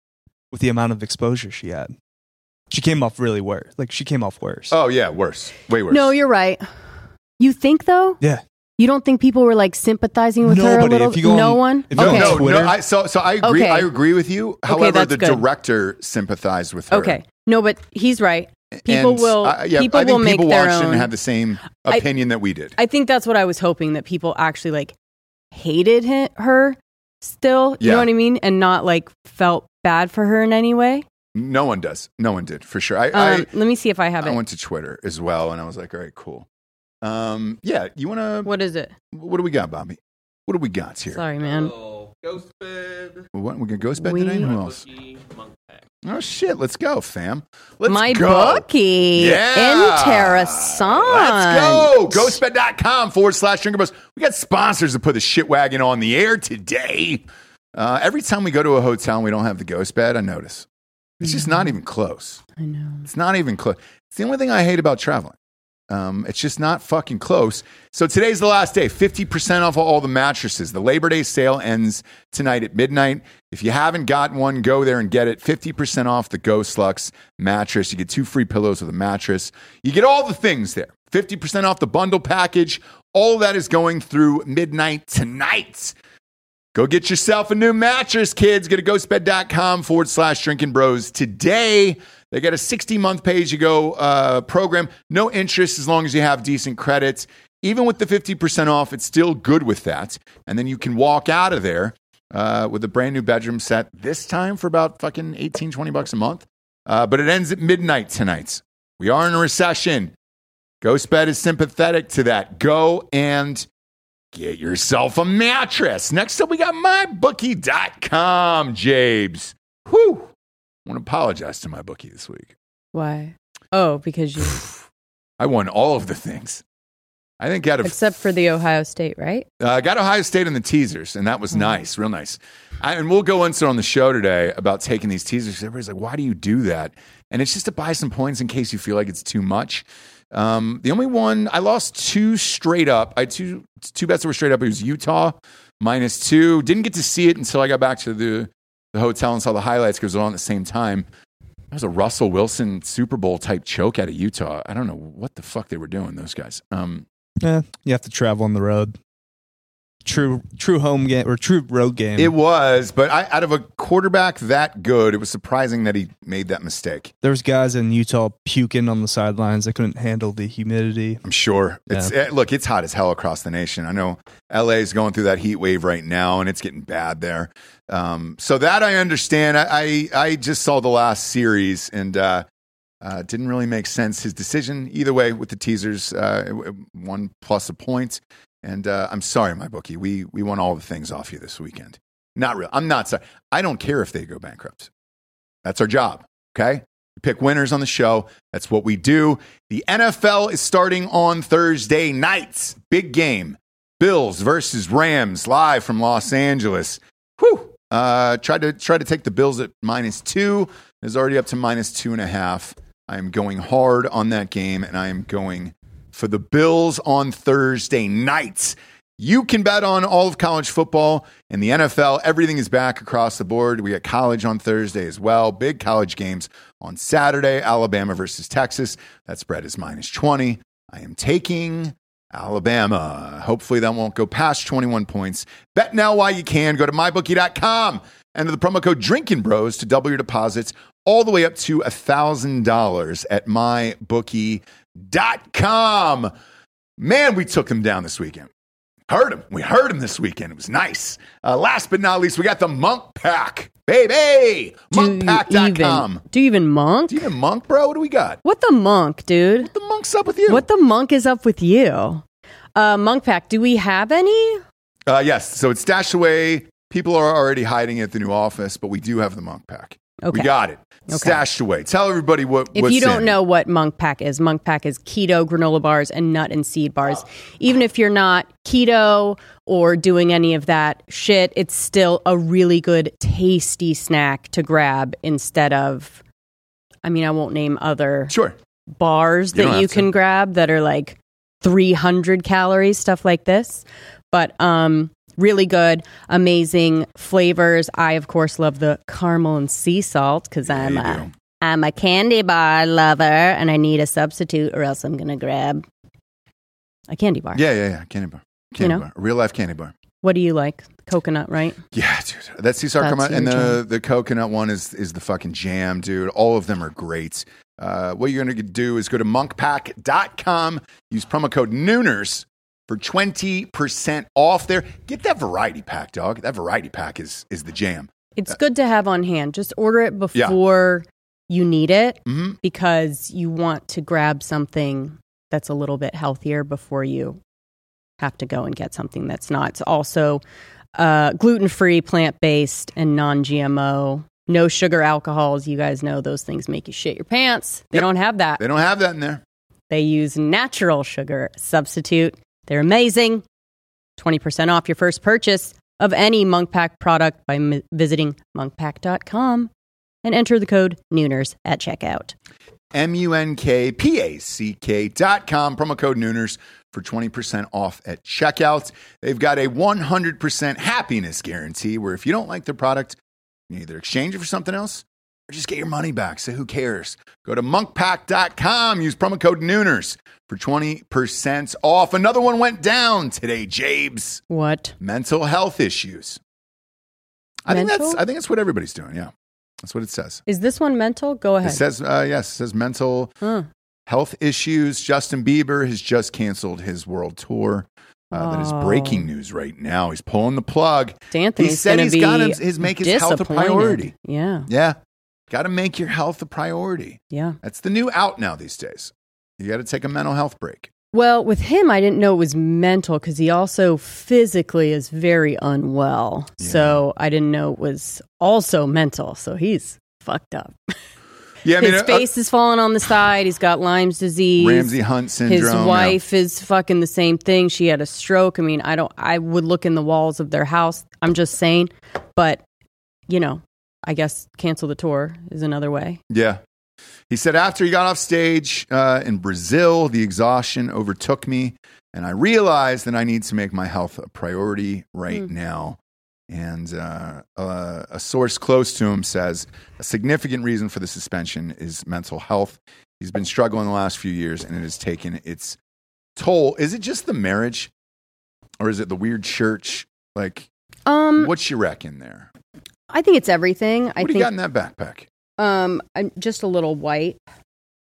with the amount of exposure she had. She came off really worse. Like she came off worse. Oh yeah, worse, way worse. No, you're right. You think though? yeah. You don't think people were like sympathizing with her a Nobody. little? If you go no on- one. if you no, Okay. no, no. Twitter? I, so, so I agree. Okay. I agree with you. However, that's the good. director sympathized with her. okay. No, but he's right. People And will. I, yeah, people I think will make people their watched it own. and had the same I- opinion that we did. I think that's what I was hoping that people actually like hated hi- her still. You Yeah. know what I mean? And not like felt bad for her in any way. No one does. No one did for sure. I Um, let me see if I I, have I it. went to Twitter as well, and I was like, all right, cool. Um, yeah, you want to? What? what is it? what do we got, Bobby? What do we got here? Sorry, man. What we gonna ghost bed We- today? Who else? Oh shit, let's go, fam. Let's My go. bookie. Yeah. Interessant. Let's go. Ghostbed.com forward slash drinker bros. We got sponsors to put the shit wagon on the air today. Uh, every time we go to a hotel and we don't have the ghost bed, I notice. It's just not even close. I know. It's not even close. It's the only thing I hate about traveling. Um, it's just not fucking close. So today's the last day. 50% off all the mattresses. The Labor Day sale ends tonight at midnight. If you haven't gotten one, go there and get it. 50% off the Ghost Lux mattress. You get two free pillows with a mattress. You get all the things there. 50% off the bundle package. All that is going through midnight tonight. Go get yourself a new mattress, kids. Go to ghostbed.com forward slash drinking bros today. They got a 60 month pay as you go uh, program. No interest as long as you have decent credits. Even with the 50% off, it's still good with that. And then you can walk out of there uh, with a brand new bedroom set, this time for about fucking 18, 20 bucks a month. Uh, but it ends at midnight tonight. We are in a recession. Ghostbed is sympathetic to that. Go and Get yourself a mattress. Next up, we got mybookie.com, Jabes. Whew. I want to apologize to my bookie this week. Why? Oh, because you I won all of the things. I think out of except for the Ohio State, right? Uh, I got Ohio State in the teasers, and that was nice, real nice. I, and we'll go into on the show today about taking these teasers. Everybody's like, "Why do you do that?" And it's just to buy some points in case you feel like it's too much. Um, the only one I lost two straight up. I had two two bets that were straight up. It was Utah minus two. Didn't get to see it until I got back to the the hotel and saw the highlights because it was on at the same time. That was a Russell Wilson Super Bowl type choke out of Utah. I don't know what the fuck they were doing, those guys. Um, Yeah, Eh, you have to travel on the road. True, true home game or true road game. It was, but I, out of a quarterback that good, it was surprising that he made that mistake. there was guys in Utah puking on the sidelines. They couldn't handle the humidity. I'm sure. It's eh, look, it's hot as hell across the nation. I know LA is going through that heat wave right now, and it's getting bad there. Um, so that I understand. I, I I just saw the last series, and uh, uh, didn't really make sense his decision either way with the teasers. Uh, w- w- one plus a point, and uh, I'm sorry, my bookie. We we won all the things off you this weekend. Not real. I'm not sorry. I don't care if they go bankrupt. That's our job. Okay. We pick winners on the show. That's what we do. The NFL is starting on Thursday nights. Big game. Bills versus Rams live from Los Angeles. Whew. Uh, tried to try to take the Bills at minus two. Is already up to minus two and a half. I am going hard on that game, and I am going for the Bills on Thursday nights. You can bet on all of college football and the NFL. Everything is back across the board. We got college on Thursday as well. Big college games on Saturday. Alabama versus Texas. That spread is minus 20. I am taking Alabama. Hopefully that won't go past 21 points. Bet now while you can. Go to mybookie.com. Enter the promo code Drinking Bros to double your deposits all the way up to $1,000 at mybookie.com. Man, we took them down this weekend. Heard him. We heard him this weekend. It was nice. Uh, last but not least, we got the Monk Pack. Baby! Monkpack.com. even? Do you even monk? Do you even monk, bro? What do we got? what the monk, dude? The monk's up with you. What the monk is up with you? Uh, monk pack. Do we have any? Uh, yes. So it's stashed away. People are already hiding at the new office, but we do have the monk pack. Okay. We got it. Okay. Stashed away. Tell everybody what. If what's you don't in. know what monk pack is, monk pack is keto granola bars and nut and seed bars. Even if you're not keto or doing any of that shit, it's still a really good tasty snack to grab instead of I mean, I won't name other sure. bars You don't that you have to. can grab that are like 300 calories, stuff like this. But um, really good, amazing flavors. I of course love the caramel and sea salt because I'm you a do. am a candy bar lover and I need a substitute or else I'm gonna grab a candy bar. Yeah, yeah, yeah. Candy bar. Candy know? bar. Real life candy bar. What do you like? Coconut, right? Yeah, dude. That sea sour That's coconut and your the, the coconut one is is the fucking jam, dude. All of them are great. Uh, what you're going to do is go to monkpack.com, use promo code Nooners for 20% off there. Get that variety pack, dog. That variety pack is is the jam. It's good to have on hand. Just order it before you need it hmm because you want to grab something that's a little bit healthier before you have to go and get something that's not. It's also uh, gluten free, plant based, and non GMO. No sugar alcohols. You guys know those things make you shit your pants. They Yep. don't have that. They don't have that in there. They use natural sugar substitute. They're amazing. 20% off your first purchase of any Monk Pack product by m- visiting monkpack.com and enter the code Nooners at checkout. M U N K P A C K dot com, promo code Nooners for 20% off at checkout. They've got a 100% happiness guarantee where if you don't like the product, you either exchange it for something else or just get your money back. So who cares? Go to monkpack.com, use promo code Nooners for 20% off. Another one went down today, Jabes. What? Mental health issues. I think Mental? that's I think that's what everybody's doing. Yeah. That's what it says. Is this one mental? Go It ahead. Hmm. says uh, yes, it says mental Huh. health issues. Justin Bieber has just canceled his world tour. Uh, That is Oh. breaking news right now. He's pulling the plug. D'Anthony's He said gonna he's be got his- his make his health a disappointed. priority. Yeah, Yeah. Got to make your health a priority. yeah. That's the new out now these days. You got to take a mental health break. Well, with him, I didn't know it was mental because he also physically is very unwell. So I didn't know it was also mental. So he's fucked up. Yeah, I mean, his uh, face is falling on the side. He's got Lyme's disease. Ramsey Hunt syndrome. His yeah. wife is fucking the same thing. She had a stroke. I mean, I don't. I would look in the walls of their house. I'm just saying, but you know, I guess cancel the tour is another way. Yeah. He said, after he got off stage uh, in Brazil, the exhaustion overtook me, and I realized that I need to make my health a priority right Hmm. now. And uh, uh, a source close to him says a significant reason for the suspension is mental health. He's been struggling the last few years, and it has taken its toll. Is it just the marriage, or is it the weird church? Like, Um, what's your reckon there? I think it's everything. I What do think you got in that backpack? um, I'm just a little white.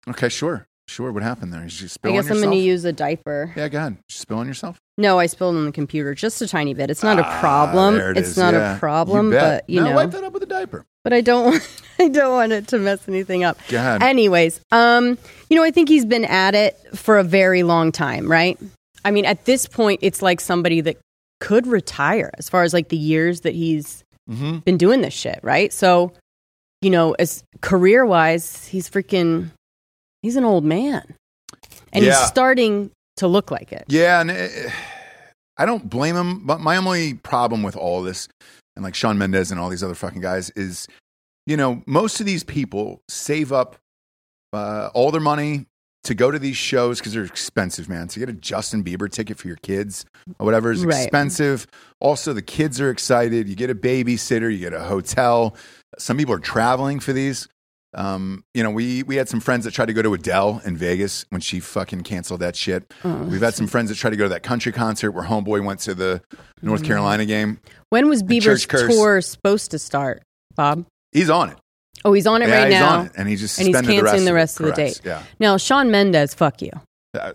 Okay, sure, sure. What happened there? Did you I spill guess on I'm going to yourself? use a diaper. Yeah, go ahead. Spill on yourself. No, I spilled on the computer just a tiny bit. It's not Ah, a problem. there it it's is. not Yeah. a problem, bet. but you No, know, wipe that up with a diaper. but I don't want, I don't want it to mess anything up. Go ahead. Anyways, um, you know, I think he's been at it for a very long time, right? I mean, at this point, it's like somebody that could retire as far as like the years that he's Mm-hmm. been doing this shit, right? So, you know, as career wise, he's freaking, he's an old man and Yeah. he's starting to look like it. yeah, and eh, I don't blame him. But my only problem with all this, and like Sean Mendez and all these other fucking guys, is you know most of these people save up uh, all their money to go to these shows because they're expensive, man. To get a Justin Bieber ticket for your kids or whatever is Right. expensive. Also, the kids are excited. You get a babysitter, you get a hotel. Some people are traveling for these. Um, you know, we we had some friends that tried to go to Adele in Vegas when she fucking canceled that shit. Oh. We've had some friends that tried to go to that country concert where Homeboy went to the Mm-hmm. North Carolina game. When was The Bieber's church curse. tour supposed to start, Bob? He's on it. Oh, he's on it yeah, right he's now. on it, and he just And he's suspended the rest canceling the of it. rest of the Correct. date. Yeah, Now, Sean Mendez, fuck you. Uh,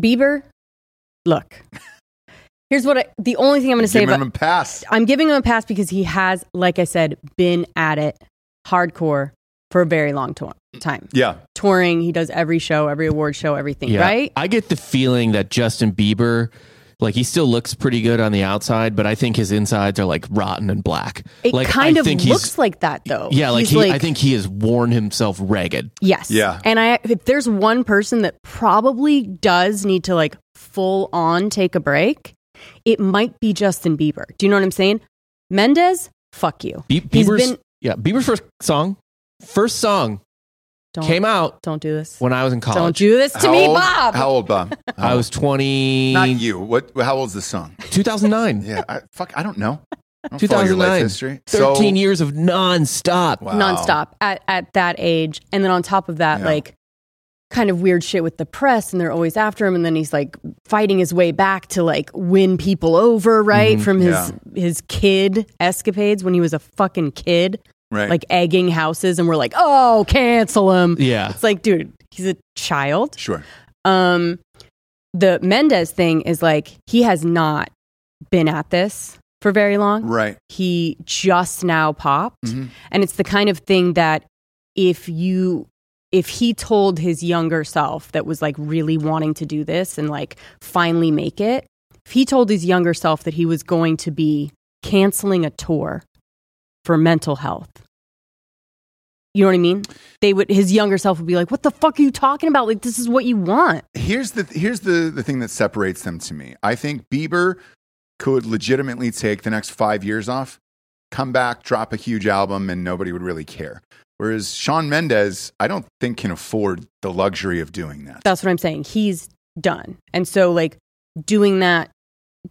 Bieber, look. Here's what I, the only thing I'm going to say give about him a pass. I'm giving him a pass because he has, like I said, been at it hardcore for a very long to- time. Yeah, Touring, he does every show, every award show, everything, right? I get the feeling that Justin Bieber, like he still looks pretty good on the outside, but I think his insides are like rotten and black. It like, kind I of think he's- looks like that, though. Yeah, like, He's he, I think he has worn himself ragged. Yes. Yeah. And I if there's one person that probably does need to like full on take a break, it might be Justin Bieber. Do you know what I'm saying? Mendez, fuck you. Be- He's Bieber's been- yeah, Bieber's first song, first song Don't came out don't do this. when I was in college. Don't do this to How me, old- Bob. How old, Bob? How I old? was 20 not you. What? How old's the song? 2009. Yeah, I, fuck. I don't know. I don't follow your life 2009. history. 13 years of nonstop. Wow. Nonstop at, at that age. And then on top of that, Yeah. like kind of weird shit with the press and they're always after him and then he's like fighting his way back to like win people over, Mm-hmm. right? From his his kid escapades when he was a fucking kid. Right. like egging houses and we're like, "Oh, cancel him." Yeah. It's like, dude, he's a child. sure. Um the Mendez thing is like he has not been at this for very long. Right. He just now popped Mhm. and it's the kind of thing that if you if he told his younger self that was like really wanting to do this and like finally make it, if he told his younger self that he was going to be canceling a tour for mental health. You know what I mean? They would his younger self would be like, "What the fuck are you talking about? Like this is what you want." here's the here's the the thing that separates them to me. I think Bieber could legitimately take the next five years off, come back, drop a huge album, and nobody would really care. Whereas Sean Mendez, I don't think can afford the luxury of doing that. That's what I'm saying. He's done. And so, like, doing that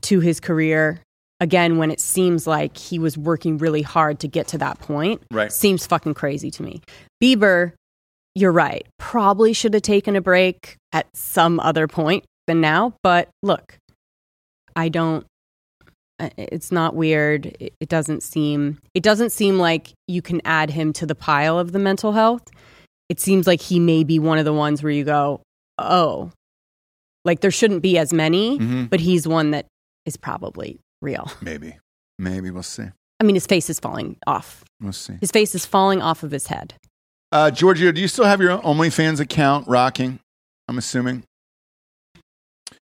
to his career again when it seems like he was working really hard to get to that point Right. seems fucking crazy to me. Bieber, you're right. Probably should have taken a break at some other point than now. But look, I don't. I- It's not weird. It it doesn't seem. It doesn't seem like you can add him to the pile of the mental health it seems like he may be one of the ones where you go, oh, like there shouldn't be as many, Mhm. but he's one that is probably real. Maybe, maybe we'll see. I mean, his face is falling off. We'll see. His face is falling off of his head. Uh, Giorgio, do you still have your OnlyFans account rocking? I'm assuming.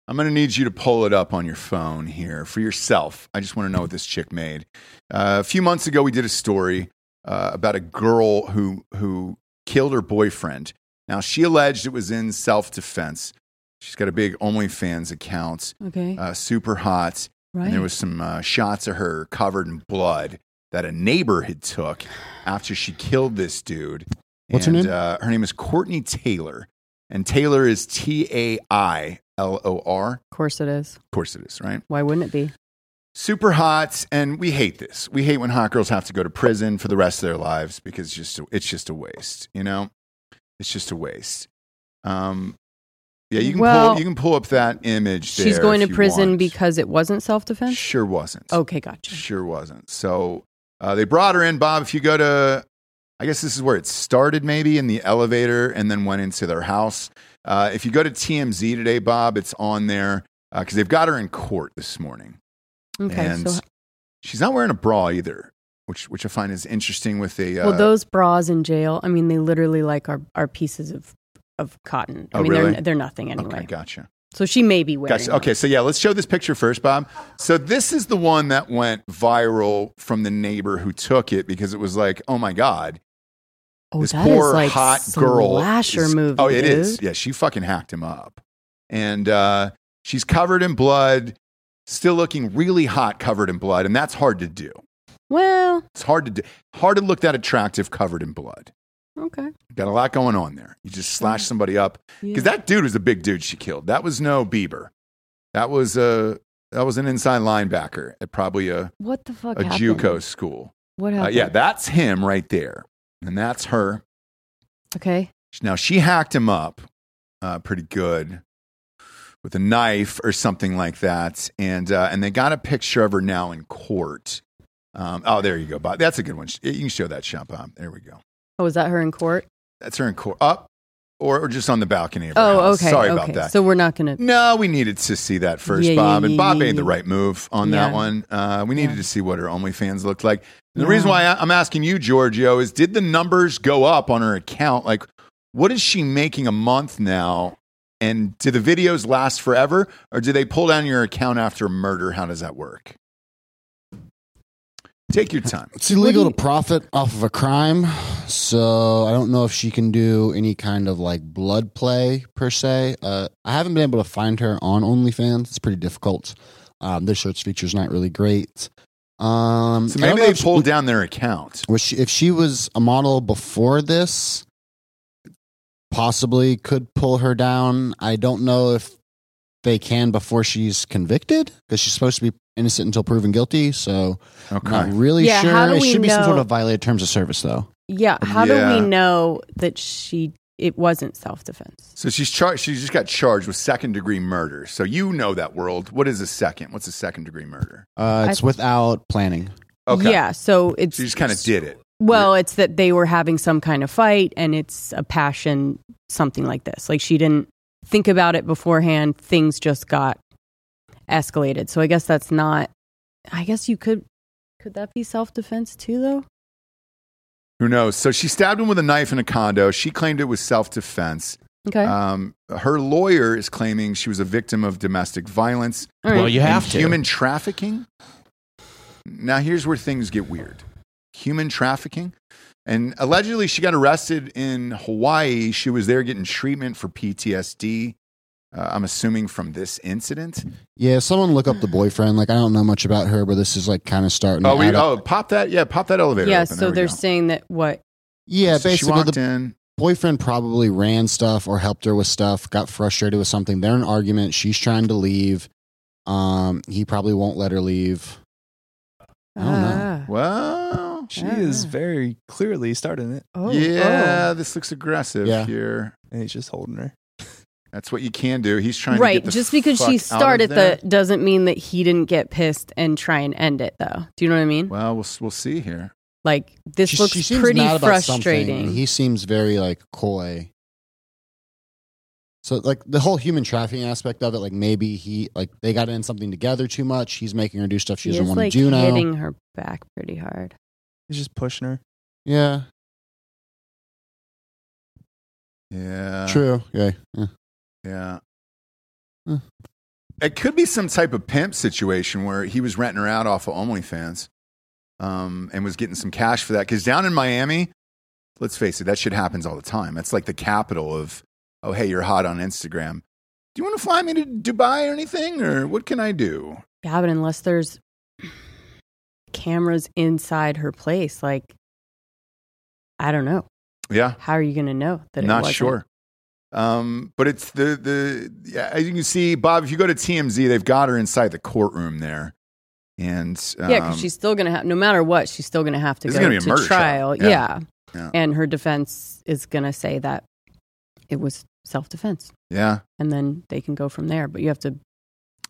I'm going to need you to pull it up on your phone here for yourself. I just want to know what this chick made. Uh, a few months ago, we did a story uh, about a girl who, who killed her boyfriend. Now, she alleged it was in self defense. She's got a big OnlyFans account, Okay. uh, super hot. right. And there was some uh, shots of her covered in blood that a neighbor had took after she killed this dude. What's her and, name? Uh, her name is Courtney Taylor, and Taylor is T A I L O R. of course it is. Of course, it is right. Why wouldn't it be? Super hot, and we hate this. We hate when hot girls have to go to prison for the rest of their lives because it's just it's just a waste. You know, it's just a waste. Um, yeah, you can Well, pull, you can pull up that image. She's there going if to you prison want. because it wasn't self defense? sure wasn't. Okay, gotcha. Sure wasn't. So uh, they brought her in, Bob. If you go to, I guess this is where it started, maybe in the elevator, and then went into their house. Uh, if you go to TMZ today, Bob, it's on there because they've got her in court this morning, Okay. and uh, so, she's not wearing a bra either, which which I find is interesting. With the uh, well, those bras in jail, I mean, they literally like are, are pieces of, of cotton. I Oh, mean, really? they're, they're nothing anyway. okay, gotcha. So she may be wearing. Gotcha. them. Okay, so yeah, let's show this picture first, Bob. So this is the one that went viral from the neighbor who took it because it was like, oh my god, Oh, this that is poor like hot girl slasher is- movie. Oh, it dude. is. Yeah, she fucking hacked him up, and uh, she's covered in blood, still looking really hot, covered in blood, and that's hard to do. Well, It's hard to do. Hard to look that attractive covered in blood. okay. Got a lot going on there. You just slash somebody up Yeah. because that dude was a big dude she killed. That was no Bieber. That was a that was an inside linebacker at probably a what the fuck a happened? JUCO school. What Uh, happened? yeah, that's him right there, and that's her. okay. Now she hacked him up uh, pretty good with a knife or something like that, and uh, and they got a picture of her now in court. Um, oh, there you go, Bob. That's a good one. You can show that shot, Bob. There we go. Oh, is that her in court? That's her in court, up or, or just on the balcony of her Oh, house. okay. Sorry okay. about that. So we're not gonna. No, we needed to see that first, Yeah, yeah, Bob. yeah, and Bob yeah, made yeah. the right move on that Yeah. one. Uh, we needed Yeah. to see what her OnlyFans looked like. And the Yeah. reason why I- I'm asking you, Giorgio, is did the numbers go up on her account? Like, what is she making a month now? And do the videos last forever, or do they pull down your account after murder? How does that work? Take your time. It's illegal What do to profit off of a crime, so I don't know if she can do any kind of like blood play per se. Uh, I haven't been able to find her on OnlyFans. It's pretty difficult. Um, their search feature is not really great. Um, So I don't maybe know they if she- pulled down their account. was she, if she was a model before this, possibly could pull her down. I don't know if they can before she's convicted because she's supposed to be innocent until proven guilty. So Okay. not really Yeah, sure. how do it we should be some sort know- of violated terms of service though. Yeah. How do Yeah. we know that she? It wasn't self defense. So she's charged. She just got charged with second degree murder. So you know that world. What is a second? What's a second degree murder? Uh, it's I- without planning. Okay. Yeah. So it's She just kind of did it. Well, it's that they were having some kind of fight, and it's a passion, something like this. Like she didn't think about it beforehand. Things just got escalated. So I guess that's not. I guess you could. Could that be self defense too, though? Who knows? So she stabbed him with a knife in a condo. She claimed it was self defense. Okay. Um, her lawyer is claiming she was a victim of domestic violence All right. Well, you have and to. human trafficking. Now here's where things get weird. Human trafficking. And allegedly she got arrested in Hawaii. She was there getting treatment for PTSD. Uh, I'm assuming from this incident. Yeah, someone look up the boyfriend. Like I don't know much about her, but this is like kind of starting. Oh, to we, add up. oh, pop that. Yeah, pop that elevator. yeah. open. So There we they're go. saying that what? yeah. So she basically, walked the in. boyfriend probably ran stuff or helped her with stuff. Got frustrated with something. They're in an argument. She's trying to leave. Um, he probably won't let her leave. I don't know. Ah. Well, She is Ah. very clearly starting it, Oh, yeah, oh. this looks aggressive Yeah. here. and he's just holding her. That's what you can do. He's trying to Right. get the Just because fuck out she of started there. the doesn't mean that he didn't get pissed and try and end it though. Do you know what I mean? Well, we'll we'll see here. Like this She- looks she seems pretty mad about something, frustrating. and He seems very like coy. So like the whole human trafficking aspect of it, like maybe he like they got in something together too much. He's making her do stuff she He doesn't is, want like to do now. hitting her back pretty hard. He's just pushing her. Yeah, Yeah. true. Yeah, yeah. Yeah. Hmm. It could be some type of pimp situation where he was renting her out off of OnlyFans um, and was getting some cash for that. Because down in Miami, let's face it, that shit happens all the time. That's like the capital of, oh, hey, you're hot on Instagram. Do you want to fly me to Dubai or anything? Or what can I do? Yeah, but unless there's cameras inside her place, like I don't know. Yeah. How are you going to know that? it not wasn't? sure um but it's the the yeah, as you can see bob if you go to tmz they've got her inside the courtroom there and um, yeah, because she's still going to have, no matter what, she's still going to have to This go is gonna be a to murder trial. trial. Yeah. Yeah. Yeah. and her defense is going to say that it was self defense, yeah and then they can go from there. But you have to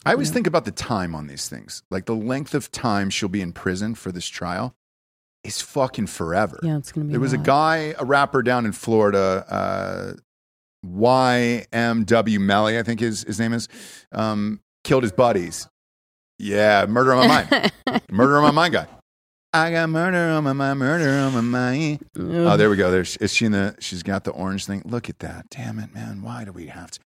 i always Yeah. think about the time on these things like the length of time she'll be in prison for this trial is fucking forever Yeah, it's going to be. There was a lot. guy, a rapper down in Florida, uh, YMW Melly, I think his, his name is, um, killed his buddies. Yeah, murder on my mind. murder on my mind guy. I got murder on my mind, murder on my mind. Um, Oh, there we go. There's is she in the she's got the orange thing. Look at that. Damn it, man. Why do we have to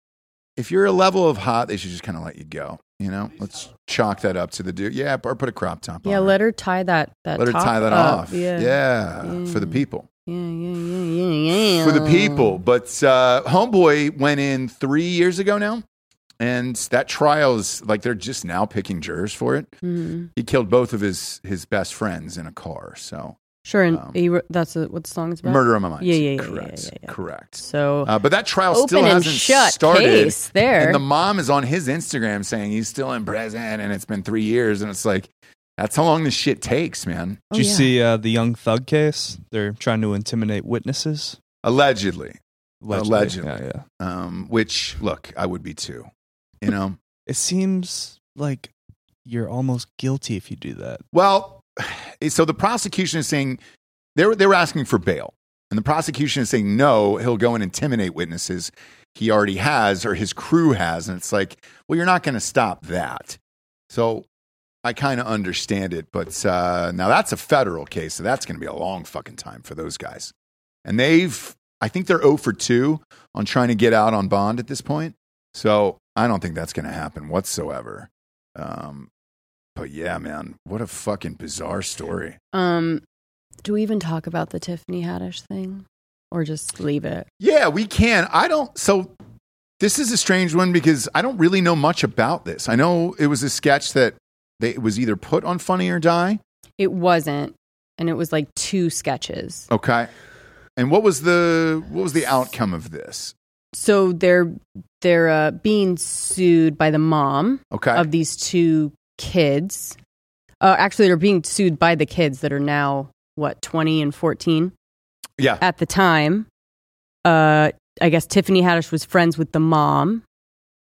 if you're a level of hot, they should just kind of let you go. You know, let's chalk that up to the dude. Yeah, or put a crop top Yeah, on. let her tie that. that let her top tie that up. off. Yeah. yeah, for the Yeah. people. Yeah, yeah, yeah, yeah, yeah. for the people. But uh, Homeboy went in three years ago now, and that trial is like they're just now picking jurors for it. Mhm. He killed both of his his best friends in a car. So Sure, and Um, he wrote- that's a, what the song is about. murder on my mind. Yeah, yeah, yeah, correct, yeah, yeah, yeah. correct. So Uh, but that trial still open and hasn't shut started. case there. And the mom is on his Instagram saying he's still in prison, and it's been three years, and it's like. That's how long this shit takes, man. Oh, Did you yeah. see uh, the young thug case? They're trying to intimidate witnesses. Allegedly, Allegedly. Yeah, yeah. um, which look, I would be too. You know, It seems like you're almost guilty if you do that. Well, so the prosecution is saying they were, they were asking for bail. And the prosecution is saying, no, he'll go and intimidate witnesses he already has or his crew has. And it's like, well, you're not going to stop that. So I kind of understand it. But uh, now that's a federal case. So that's going to be a long fucking time for those guys. And they've, I think they're 0 for 2 on trying to get out on bond at this point. So I don't think that's going to happen whatsoever. Um, but yeah, man, what a fucking bizarre story. um, do we even talk about the Tiffany Haddish thing, or just leave it? Yeah, we can. I don't. So this is a strange one because I don't really know much about this. I know it was a sketch that they, it was either put on Funny or Die. It wasn't, and it was like two sketches. Okay. And what was the what was the outcome of this? So they're they're uh, being sued by the mom Okay. of these two kids. Uh, actually, they're being sued by the kids that are now what twenty and fourteen. yeah. at the time, uh, I guess Tiffany Haddish was friends with the mom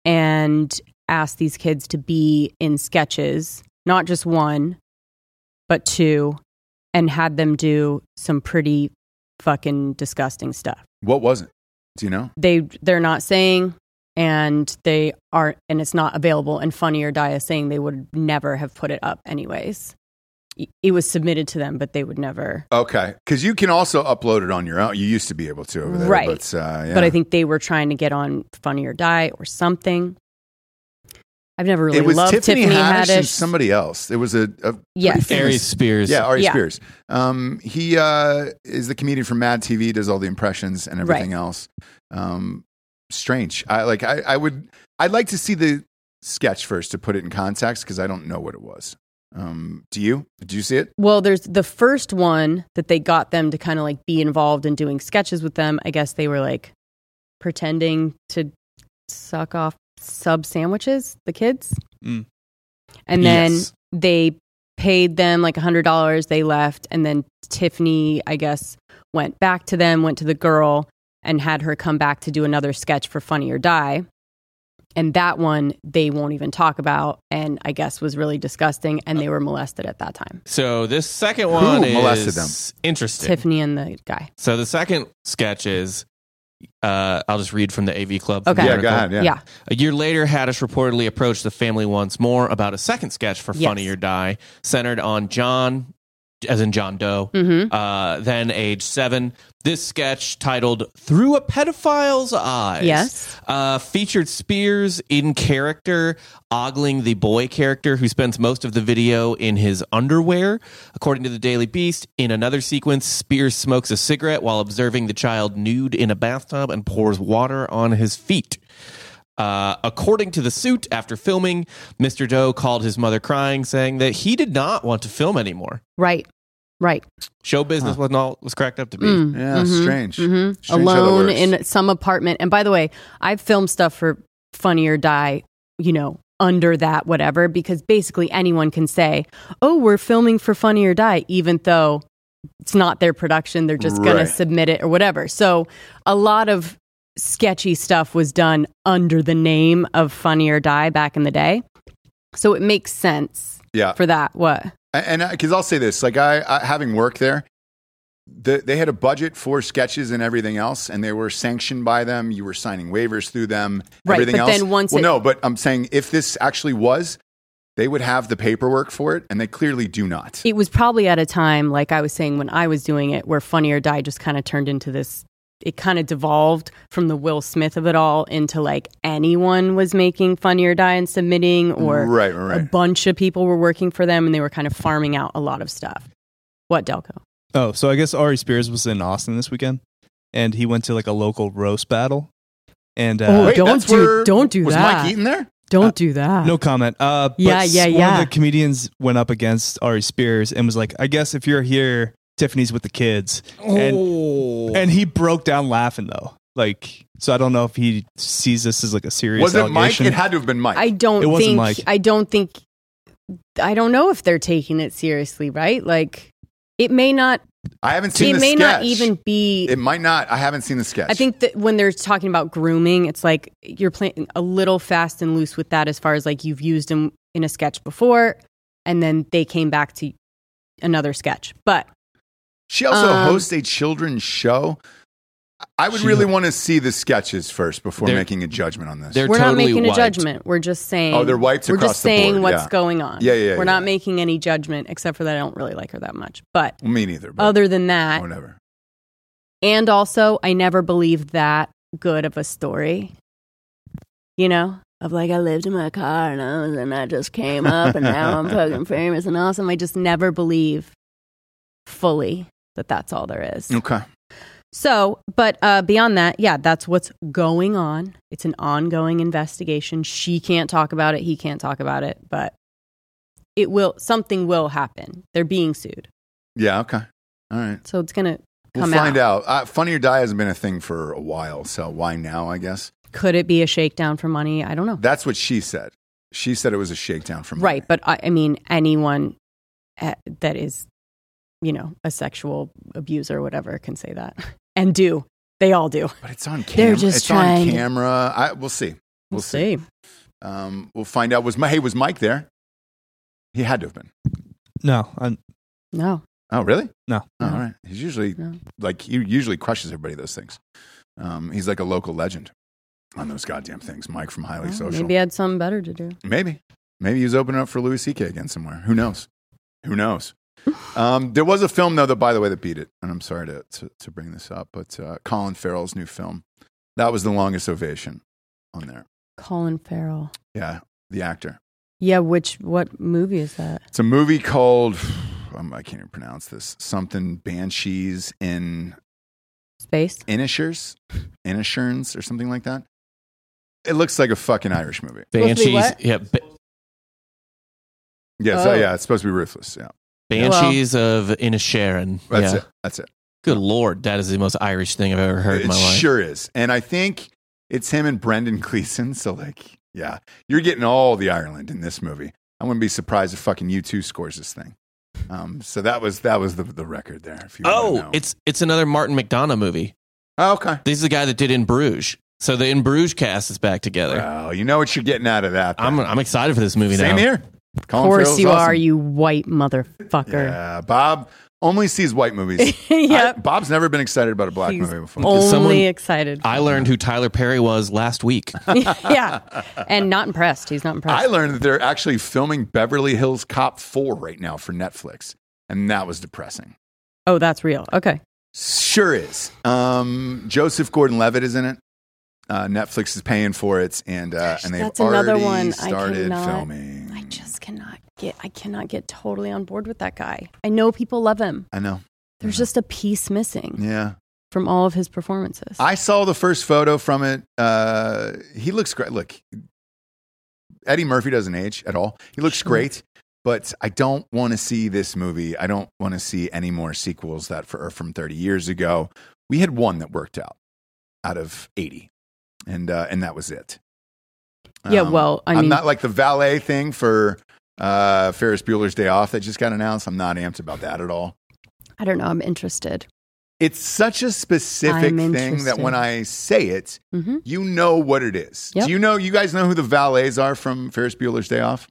and asked these kids to be in sketches, not just one, but two, and had them do some pretty fucking disgusting stuff. What was it? Do you know? They they're not saying and they aren't and it's not available and funny or die is saying they would never have put it up anyways it was submitted to them, but they would never. Okay, because you can also upload it on your own. You used to be able to over there, Right. But, uh, yeah. But I think they were trying to get on Funny or Die or something. I've never really it was loved Tiffany, Tiffany, Haddish, and Haddish. somebody else. It was a, a yes, Aries Spears. yeah, Ari Yeah. Spears. Um, he uh, is the comedian from Mad TV. Does all the impressions and everything Right. else. Um, strange. I like. I, I would. I'd like to see the sketch first to put it in context because I don't know what it was. Um, do you? Did you see it? Well, there's the first one that they got them to kind of like be involved in doing sketches with them. I guess they were like pretending to suck off sub sandwiches, the kids. Mm. And then Yes. they paid them like $100. They left. And then Tiffany, I guess, went back to them, went to the girl, and had her come back to do another sketch for Funny or Die. And that one they won't even talk about, and I guess was really disgusting. And they were molested at that time. So this second one is molested them? interesting. Tiffany and the guy. So the second sketch is. Uh, I'll just read from the AV Club. Okay. Yeah, Article. go ahead. Yeah. Yeah. A year later, Haddish reportedly approached the family once more about a second sketch for Yes. Funny or Die, centered on John, as in John Doe, Mm-hmm. uh, then age seven. This sketch, titled Through a Pedophile's Eyes, Yes. uh, featured Spears in character, ogling the boy character who spends most of the video in his underwear. According to the Daily Beast, in another sequence, Spears smokes a cigarette while observing the child nude in a bathtub and pours water on his feet. Uh, according to the suit, after filming, Mr. Doe called his mother crying, saying that he did not want to film anymore. Right. Right. Show business wasn't all it was cracked up to be. Mm. Yeah, Mhm. strange. Mhm. Strange how that Alone works. in some apartment. And by the way, I've filmed stuff for Funny or Die, you know, under that, whatever, because basically anyone can say, oh, we're filming for Funny or Die, even though it's not their production. They're just going Right. to submit it or whatever. So a lot of sketchy stuff was done under the name of Funny or Die back in the day. So it makes sense Yeah. for that. What? and because I'll say this, like I, I having worked there, the, they had a budget for sketches and everything else, and they were sanctioned by them. You were signing waivers through them. Right, but everything else. then once well, it- no, but I'm saying if this actually was, they would have the paperwork for it, and they clearly do not. It was probably at a time, like I was saying when I was doing it, where Funny or Die just kind of turned into this. It kind of devolved from the Will Smith of it all into like anyone was making Funny or Die and submitting, or right, right, a right. bunch of people were working for them and they were kind of farming out a lot of stuff. What, Delco? Oh, so I guess Ari Spears was in Austin this weekend, and he went to like a local roast battle, and uh, Oh, don't that's do- don't do was that. Mike Eaton there? Don't do that. no comment. Uh, but Yeah, yeah, one yeah. of the comedians went up against Ari Spears and was like, "I guess if you're here, Tiffany's with the kids," and Oh. and he broke down laughing though. Like, so I don't know if he sees this as like a serious. Was it Mike? allegation. It had to have been Mike. I don't It wasn't think. Mike. I don't think. I don't know if they're taking it seriously, right? Like, it may not. I haven't seen. it the may not sketch. even be It might not. I haven't seen the sketch. I think that when they're talking about grooming, it's like you're playing a little fast and loose with that as far as like you've used them in a sketch before and then they came back to another sketch. But She also Um, hosts a children's show. I would She- really want to see the sketches first before They're- making a judgment on this. they're we're not totally making a wiped. judgment. We're just saying Oh, they're wiped We're across just the saying board, what's yeah. going on. Yeah, yeah, We're yeah. not making any judgment except for that I don't really like her that much. But Well, me neither. But other than that, whatever. and also I never believed that good of a story. You know, of like I lived in my car and I, was, and I just came up and now I'm fucking famous and awesome. I just never believe fully that that's all there is. Okay. So, but uh, beyond that, yeah, that's what's going on. It's an ongoing investigation. She can't talk about it. He can't talk about it. But it will. Something will happen. They're being sued, Yeah. Okay. All right. so it's gonna We'll come find out. Uh, Funny or Die hasn't been a thing for a while, so why now? I guess Could it be a shakedown for money? I don't know. that's what she said. She said it was a shakedown from Right, but I, I mean, anyone uh, that is, you know, a sexual abuser or whatever can say that and do. They all do. but it's on camera. They're just it's trying- on camera. I, we'll see. We'll, see. Um, we'll find out. Was my hey? Was Mike there? He had to have been. No, I'm, No, Oh, really? Mm-hmm. No. Oh, No. All right. He's usually no. like he usually crushes everybody those things. Um, he's like a local legend on those goddamn things. Mike from Highly Well, Social. maybe I had something better to do. Maybe. Maybe he's opening up for Louis C.K. again somewhere. Who knows? Who knows? Um, there was a film though that, by the way, that beat it, and I'm sorry to to, to bring this up, but uh, Colin Farrell's new film that was the longest ovation on there. Colin Farrell. Yeah, the actor. Yeah, which what movie is that? It's a movie called um, I can't even pronounce this. Something Banshees in Space. Inishers, Inisherns, or something like that. It looks like a fucking Irish movie. Supposed to be Banshees. what? Yeah, ba- Yeah, so Oh. yeah, it's supposed to be ruthless. Yeah, Banshees of Inisherin. that's yeah. it. That's it. Good lord, that is the most Irish thing I've ever heard in it my life. sure is, and I think it's him and Brendan Gleeson. So like, yeah, you're getting all the Ireland in this movie. I wouldn't be surprised if fucking U two scores this thing. Um, so that was that was the the record there. If you wanna Oh, know. it's it's another Martin McDonough movie. oh, okay. This is the guy that did In Bruges. So the In Bruges cast is back together. Well, you know what you're getting out of that. then. I'm I'm excited for this movie Same now. here. Of Colin course Farrell's you are, awesome. you white motherfucker. Yeah, Bob only sees white movies. yep. I- Bob's never been excited about a black He's movie before. only Someone- excited. I learned who Tyler Perry was last week. yeah. And not impressed. He's not impressed. I learned that they're actually filming Beverly Hills Cop 4 right now for Netflix, and that was depressing. oh, that's real. Okay. Sure is. Um, Joseph Gordon-Levitt is in it. Uh, Netflix is paying for it, and uh, and they've that's already another one I started cannot- filming. I just cannot get I cannot get totally on board with that guy. I know people love him. I know. There's just a piece missing Mm-hmm. Yeah, from all of his performances. I saw the first photo from it. Uh, he looks great. Look, Eddie Murphy doesn't age at all. He looks great, but I don't want to see this movie. I don't want to see any more sequels that for, are from 30 years ago. We had one that worked out out of 80, and uh, and that was it. Yeah, well, I am mean- not like the valet thing for uh, Ferris Bueller's Day Off that just got announced. I'm not amped about that at all I don't know. I'm interested. it's such a specific I'm thing that interested. when I say it, Mhm. you know what it is. Yep. Do you know? You guys know who the valets are from Ferris Bueller's Day Off?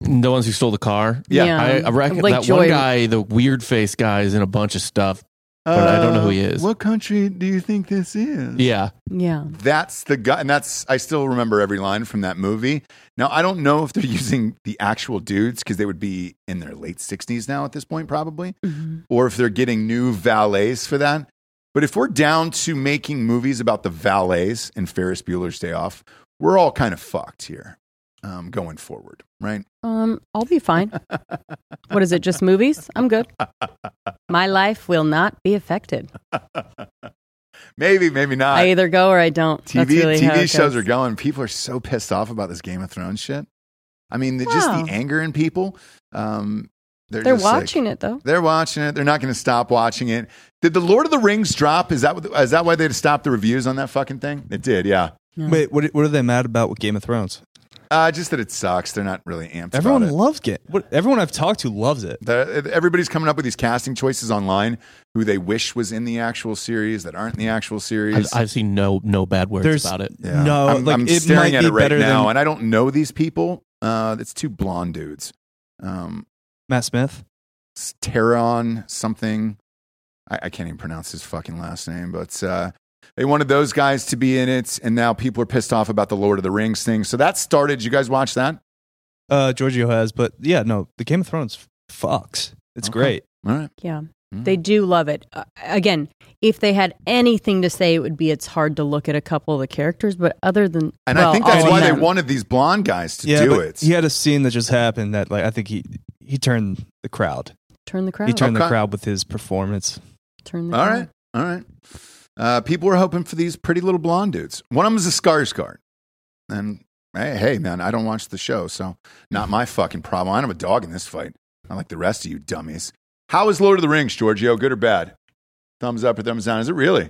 the ones who stole the car. Yeah. I, I reckon Like that Joy- one guy, the weird face guy, is in a bunch of stuff. But I don't know who he is. Uh, What country do you think this is? Yeah, Yeah. That's the guy, and that's I still remember every line from that movie. Now I don't know if they're using the actual dudes because they would be in their late sixties now at this point, probably, or if they're getting new valets for that. But if we're down to making movies about the valets and Ferris Bueller's Day Off, we're all kind of fucked here um, going forward, right? Um, I'll be fine. what is it? Just movies? I'm good. My life will not be affected. Uh, Maybe, maybe not. I either go or I don't. TV That's really how TV it shows goes. are going. People are so pissed off about this Game of Thrones shit. I mean, the, just Wow. the anger in people. Um, they're They're just like- watching it though. they're watching it. They're not going to stop watching it. Did the Lord of the Rings drop? Is that what- is that why they stopped the reviews on that fucking thing? It did. Yeah. Wait, what, what are they mad about with Game of Thrones? Uh, just that it sucks. They're not really amped. Everyone about it. loves it. What, everyone I've talked to loves it. The- everybody's coming up with these casting choices online who they wish was in the actual series that aren't in the actual I've, series. I've seen no no bad words There's about it. Yeah. no, I'm, like I'm it staring might at be it right better now, than and I don't know these people. Uh, it's two blonde dudes. Um, Matt Smith. S- Teron something. I, I can't even pronounce his fucking last name, but uh, they wanted those guys to be in it, and now people are pissed off about the Lord of the Rings thing. So that started. You guys watch that? Uh, Giorgio has, but yeah, no, the Game of Thrones fucks. It's Okay. great. All right. Yeah. Mm. They do love it. Uh, again, if they had anything to say, it would be it's hard to look at a couple of the characters, but other than And well, I think that's all of why they them. wanted these blonde guys to yeah, do but it. he had a scene that just happened that like I think he he turned the crowd. turn the crowd. He turned Okay. the crowd with his performance. Turn the All crowd. right. All right. Uh, people were hoping for these pretty little blonde dudes. One of them is a Skarsgård. And hey, hey, man, I don't watch the show, so not my fucking problem. I don't have a dog in this fight. Not like the rest of you dummies. How is Lord of the Rings, Giorgio? Good or bad? Thumbs up or thumbs down? Is it really?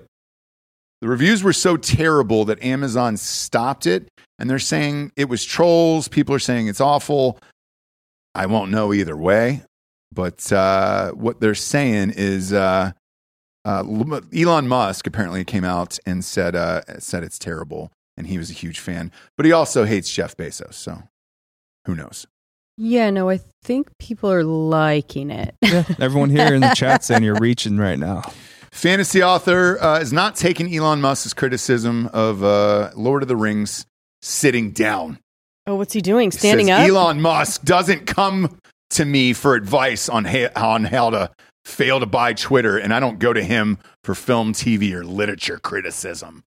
The reviews were so terrible that Amazon stopped it, and they're saying it was trolls. People are saying it's awful. I won't know either way, but uh, what they're saying is uh, uh, L- Elon Musk apparently came out and said uh, said it's terrible, and he was a huge fan, but he also hates Jeff Bezos. So who knows? Yeah, no, I think people are liking it. Everyone here in the chat saying you're reaching right now. Fantasy author uh, is not taking Elon Musk's criticism of uh, Lord of the Rings sitting down. oh, what's he doing? Standing Says up? Elon Musk doesn't come to me for advice on ha- on how to fail to buy Twitter, and I don't go to him for film, TV, or literature criticism.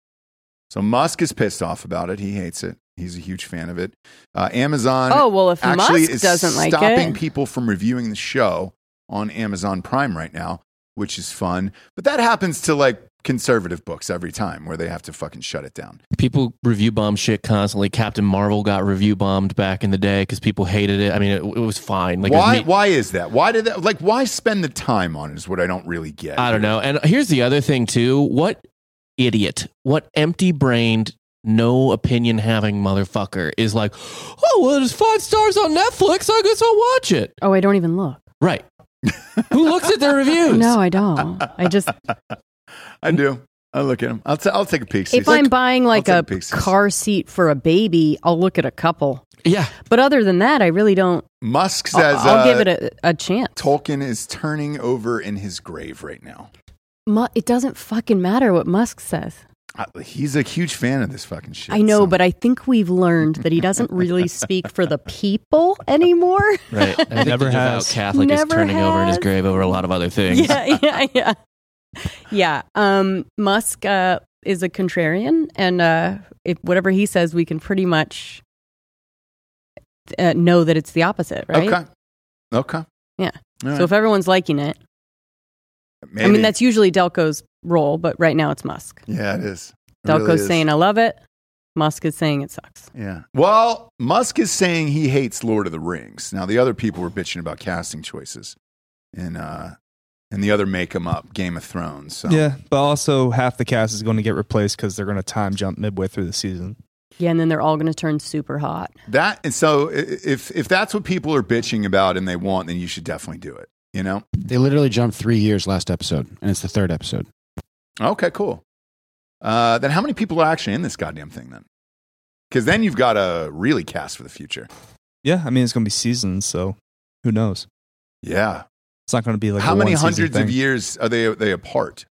So Musk is pissed off about it. He hates it. He's a huge fan of it. Uh, Amazon Oh, well, if actually Musk is doesn't like stopping it. people from reviewing the show on Amazon Prime right now, which is fun. But that happens to like conservative books every time where they have to fucking shut it down. People review bomb shit constantly. Captain Marvel got review bombed back in the day because people hated it. I mean, it, it was fine. Like it was why? me- why is that? Why did that? Like, why spend the time on? It is what I don't really get. I don't know. And here's the other thing too. What idiot? What empty-brained, no opinion having motherfucker is like, "Oh, well there's 5 stars on Netflix. I guess I'll watch it." Oh, I don't even look. Right. Who looks at their reviews? No, I don't. I just I do. I look at them. I'll, t- I'll take a peek. if Cece. I'm buying like I'll a take pieces. car seat for a baby, I'll look at a couple. Yeah. But other than that, I really don't. Musk I'll, says, I'll uh, give it a, a chance. Tolkien is turning over in his grave right now. Mu- it doesn't fucking matter what Musk says. I, he's a huge fan of this fucking shit. I know, so- but I think we've learned that he doesn't really speak for the people anymore. Right. I think Never the devout has. Catholic is Never turning over in his has. grave over a lot of other things. Yeah, yeah, yeah. Yeah. Um, Musk uh, is a contrarian, and uh, if whatever he says, we can pretty much uh, know that it's the opposite, right? okay, okay, Yeah. All right. So if everyone's liking it, I Maybe. mean, that's usually Delco's role, but right now it's Musk. yeah, it is. It Delco's really is. saying, uh, I love it. Musk is saying it sucks. Yeah. Well, Musk is saying he hates Lord of the Rings. Now the other people were bitching about casting choices, and uh, and the other make 'em up Game of Thrones. So. Yeah, but also half the cast is going to get replaced because they're going to time jump midway through the season. Yeah, and then they're all going to turn super hot. That and so i- if if that's what people are bitching about and they want, then you should definitely do it. You know? They literally jumped three years last episode, and it's the third episode. Okay, cool. Uh, then how many people are actually in this goddamn thing then? Because then you've got to really cast for the future. Yeah, I mean it's going to be seasons, so who knows? Yeah. It's not going to be like how a many one-season hundreds of thing. years are they are they apart?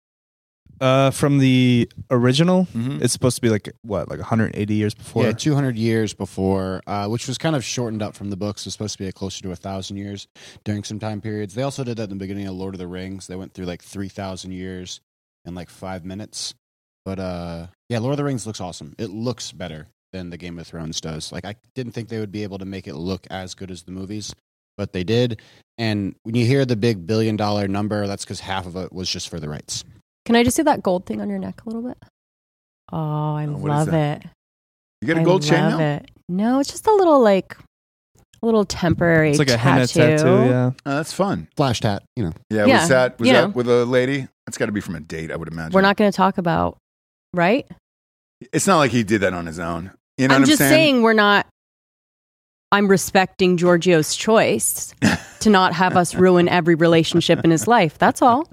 Uh, from the original, Mhm. it's supposed to be like what, like 180 years before. Yeah, 200 years before, uh, which was kind of shortened up from the books. It was supposed to be closer to a 1,000 years during some time periods. They also did that in the beginning of Lord of the Rings. They went through like 3,000 years in like five minutes. But uh, yeah, Lord of the Rings looks awesome. It looks better than the Game of Thrones does. Like, I didn't think they would be able to make it look as good as the movies, but they did. And when you hear the big billion dollar number, that's because half of it was just for the rights. Can I just see that gold thing on your neck a little bit? Oh, I Oh, what is love it. that? You got a I gold chain love now? It. No, it's just a little like a little temporary it's like a henna tattoo. tattoo. Yeah, Oh, that's fun. Flash tat, you know. Yeah, Yeah, was that was you that know. with a lady? That's got to be from a date, I would imagine. We're not going to talk about, right? It's not like he did that on his own. You know I'm what just I'm saying we're not. I'm respecting Giorgio's choice to not have us ruin every relationship in his life. That's all.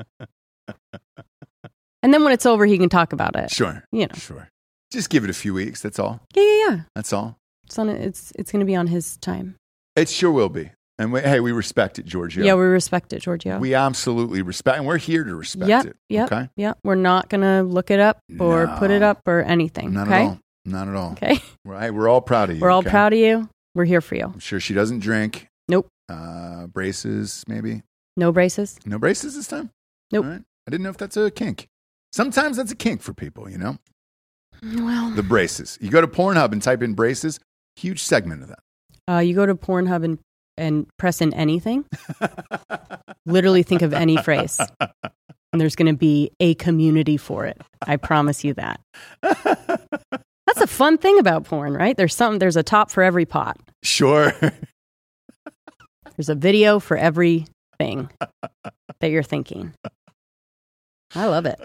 And then when it's over, he can talk about it. Sure, You know, sure. Just give it a few weeks. That's all. yeah, yeah, yeah. That's all. It's on. It's it's going to be on his time. It sure will be. And we, hey, we respect it, Giorgio. Yeah, we respect it, Giorgio. We absolutely respect, and we're here to respect Yep, it. yep. Okay. yeah, we're not going to look it up or put it No. up or anything. Not okay. at all. Not at all. Okay. Right. We're all proud of you. We're all okay? proud of you. We're here for you. I'm sure she doesn't drink. Nope. Uh, braces, maybe. No braces. No braces this time. Nope. All right. I didn't know if that's a kink. Sometimes that's a kink for people, you know. Well, The braces. You go to Pornhub and type in braces. Huge segment of that. uh, you go to Pornhub and and press in anything. Literally, think of any phrase, and there's going to be a community for it. I promise you that. That's a fun thing about porn, right? There's something. There's a top for every pot. Sure. There's a video for every thing that you're thinking. I love it.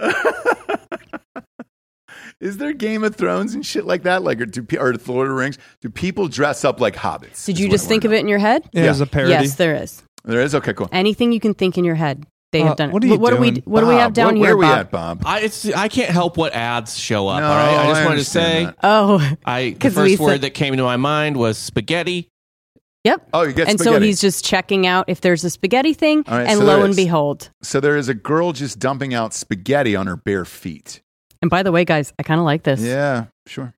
Is there Game of Thrones and shit like that? Like, or do pe- or Lord of the Rings? Do people dress up like hobbits? Did Is you what just I think of wanna it in your head? yeah, Yeah. it's a parody. Yes, there is. know. There is. Okay, cool. Anything you can think in your head, they Uh, have done it. what are you Wh- what do we? doing? What do we have Bob, down where, here? Where are we Bob? at, Bob? I it's I can't help what ads show up. No, all right, I just I wanted to say understand Oh, I the 'Cause first Lisa- word that came to my mind was spaghetti. yep. Oh, you get and so spaghetti. he's just checking out if there's a spaghetti thing, All right, and so lo there and is. behold. So there is a girl just dumping out spaghetti on her bare feet. And by the way, guys, I kind of like this. Yeah, sure,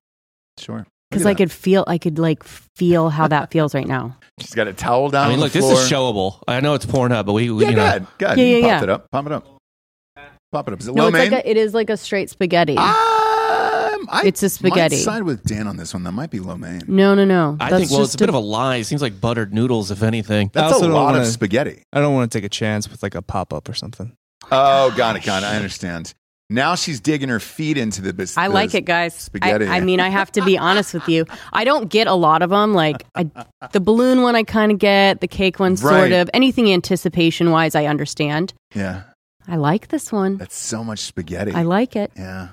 sure. because I could feel I could like feel how that feels right now. She's got a towel down. I mean, on look, the this floor. is showable. I know it's Pornhub, but we, we Yeah, you go know, ahead. Go ahead. Yeah, You yeah, Pop yeah. it up. Pop it up. Pop it up. Is it No, low it's main? like a, it is like a straight spaghetti. Ah! Um, I It's a spaghetti. Might side with Dan on this one. That might be low main. no, no, no. I That's think, well, it's a just bit of a lie. It seems like buttered noodles, if anything. I That's also a don't lot of wanna- spaghetti. I don't want to take a chance with like a pop up or something. Oh, got it, got it. I understand. Now she's digging her feet into the bis- I like the it, guys. Spaghetti. I, I mean, I have to be honest with you. I don't get a lot of them. Like I, the balloon one, I kind of get. The cake one, Right. sort of. Anything anticipation wise, I understand. Yeah, I like this one. that's so much spaghetti. I like it. yeah,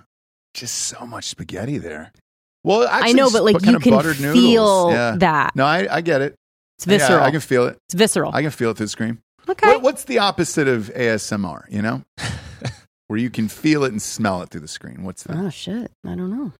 just so much spaghetti there. Well, actually, I know, just but like kind you of can buttered noodles. feel Yeah. that. No, I, I get it. It's Yeah, visceral. I can feel it. it's visceral. I can feel it through the screen. okay. What, what's the opposite of ASMR? You know, where you can feel it and smell it through the screen. What's that? oh shit! I don't know.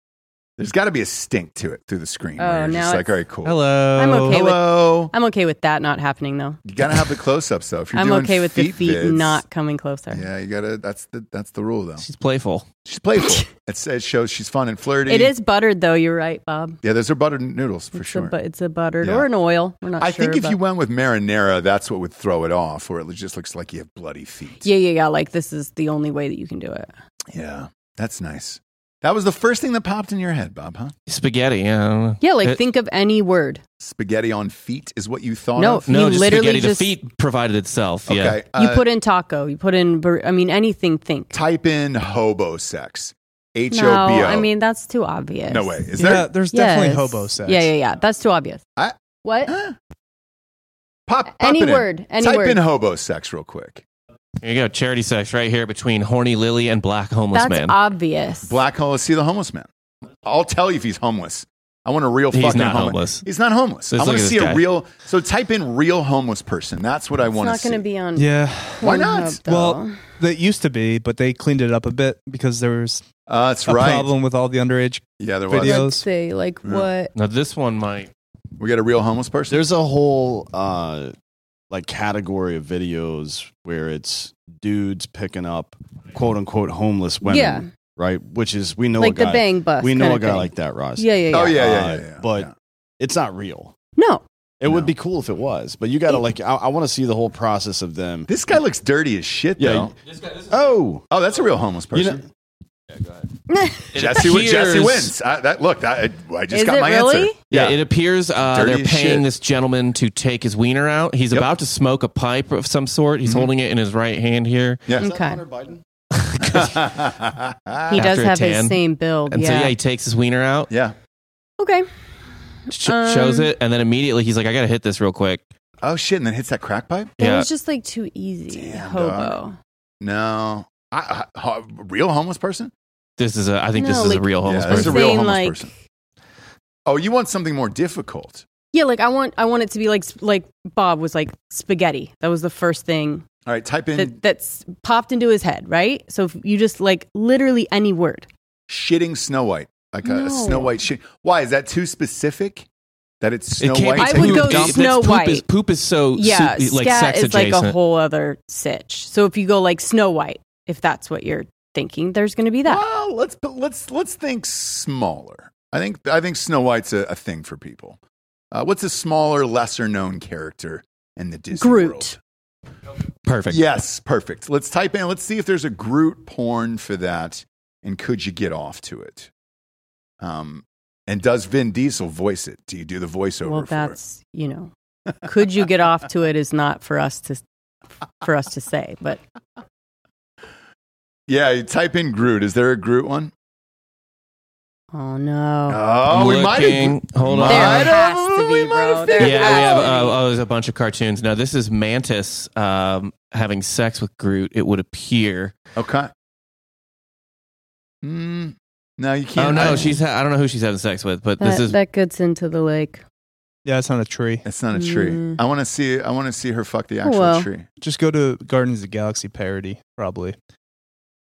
There's got to be a stink to it through the screen. Oh, where you're now just like, it's- all right, cool. Hello. I'm okay with. Hello. I'm okay with that not happening though. You gotta have the close ups though. If you're I'm doing okay with feet the feet vids, not coming closer. Yeah, you gotta. That's the that's the rule though. She's playful. She's playful. it, it shows she's fun and flirty. It is buttered though. You're right, Bob. Yeah, those are buttered noodles for it's sure. A, bu- it's a buttered Yeah. or an oil. We're not. I sure, think if but- you went with marinara, that's what would throw it off, where it just looks like you have bloody feet. Yeah, yeah, yeah. Like this is the only way that you can do it. Yeah, that's nice. That was the first thing that popped in your head, Bob, huh? Spaghetti. Yeah. Yeah, Eh, like It- think of any word. Spaghetti on feet is what you thought No, of. You No, just literally spaghetti. just- The feet provided itself. Okay. Yeah. uh, you put in taco. You put in. bur- I mean, anything. Think. type in hobo sex. H O B no, O. I mean that's too obvious. no way. Is yeah, there? there's Yes. definitely hobo sex. Yeah, yeah, yeah. That's too obvious. I- what? Huh? Pop, pop any it in. word. Any Type word. in hobo sex real quick. There you go. Charity sex right here between horny Lily and black homeless that's man. obvious. Black homeless. See the homeless man. I'll tell you if he's homeless. I want a real He's fucking not homeless. homeless. He's not homeless. Let's I want look to at see this a guy. real. So type in real homeless person. That's what I it's want to not see. going to be on. Yeah. Why not? Pornhub, though. Well, that used to be, but they cleaned it up a bit because there was uh, that's a right. problem with all the underage. Yeah, there was. Video. let's see. Like Yeah. what? now this one might. We got a real homeless person. There's a whole uh like category of videos where it's dudes picking up quote unquote homeless women. Yeah. Right? Which is we know Like a the guy bang bus. we know kinda a guy thing. like that, Ross. Yeah, yeah, yeah. oh yeah, yeah, Uh, yeah, yeah. but yeah. It's not real. No, It No. would be cool if it was, but you gotta like I, I wanna see the whole process of them. this guy looks dirty as shit Yeah. though. Oh Oh, that's a real homeless you person. know, Jesse, wi- Jesse appears- wins. I, that look, that, I, I just Is got it my really? answer. Yeah, it appears uh, Dirty they're as paying shit. this gentleman to take his wiener out. Yep. He's Mm-hmm. about to smoke a pipe of some sort. He's holding it in his right hand here. Yeah. is that Okay. Hunter Biden? he does After a have his tan. same build. And yeah. so, yeah, he takes his wiener out, yeah. okay. sh- shows Um, it, and then immediately he's like, I got to hit this real quick. Oh shit, and then hits that crack pipe. That Yeah. was just like too easy. Damn, hobo. dog. No, I, I, ho- real homeless person. This is a, I think No, this is a like- real homeless yeah, that's a person. real Saying, homeless like- person. Oh, you want something more difficult? Yeah, like I want I want it to be like sp- like Bob was like spaghetti. That was the first thing All right, type in that that's popped into his head, right? So if you just like literally any word. shitting Snow White, like a, a Snow No. White shit. Why is that too specific? That it's Snow can't White. be I would poop. go Dump- that's Snow poop White. Is, poop is so Yeah, su- like scat sex is adjacent. like a whole other sitch. So if you go like Snow White, if that's what you're thinking, there's going to be that. Well, let's but let's let's think smaller. I think I think Snow White's a, a thing for people. Uh, what's a smaller, lesser known character in the Disney Groot. world? Perfect. Yes, perfect. Let's type in. Let's see if there's a Groot porn for that, and could you get off to it? Um, and does Vin Diesel voice it? Do you do the voiceover? Well, for it? that's, you know, could you get off to it is not for us to for us to say, but Yeah, you type in Groot. Is there a Groot one? oh no. Oh, I'm we might have. looking. Hold on. there might has have- to we be, might bro. have There Yeah, figured we it have out. uh, oh, there's a bunch of cartoons. Now this is Mantis um, having sex with Groot. It would appear. Okay. Hmm. Mm, no, you can't. Oh I- no, she's. Ha- I don't know who she's having sex with, but That, this is. that gets into the lake. Yeah, it's on a tree. It's not a tree. Mm. Oh, I want to see. I want to see her fuck the actual well. tree. Just go to Guardians of the Galaxy parody, probably.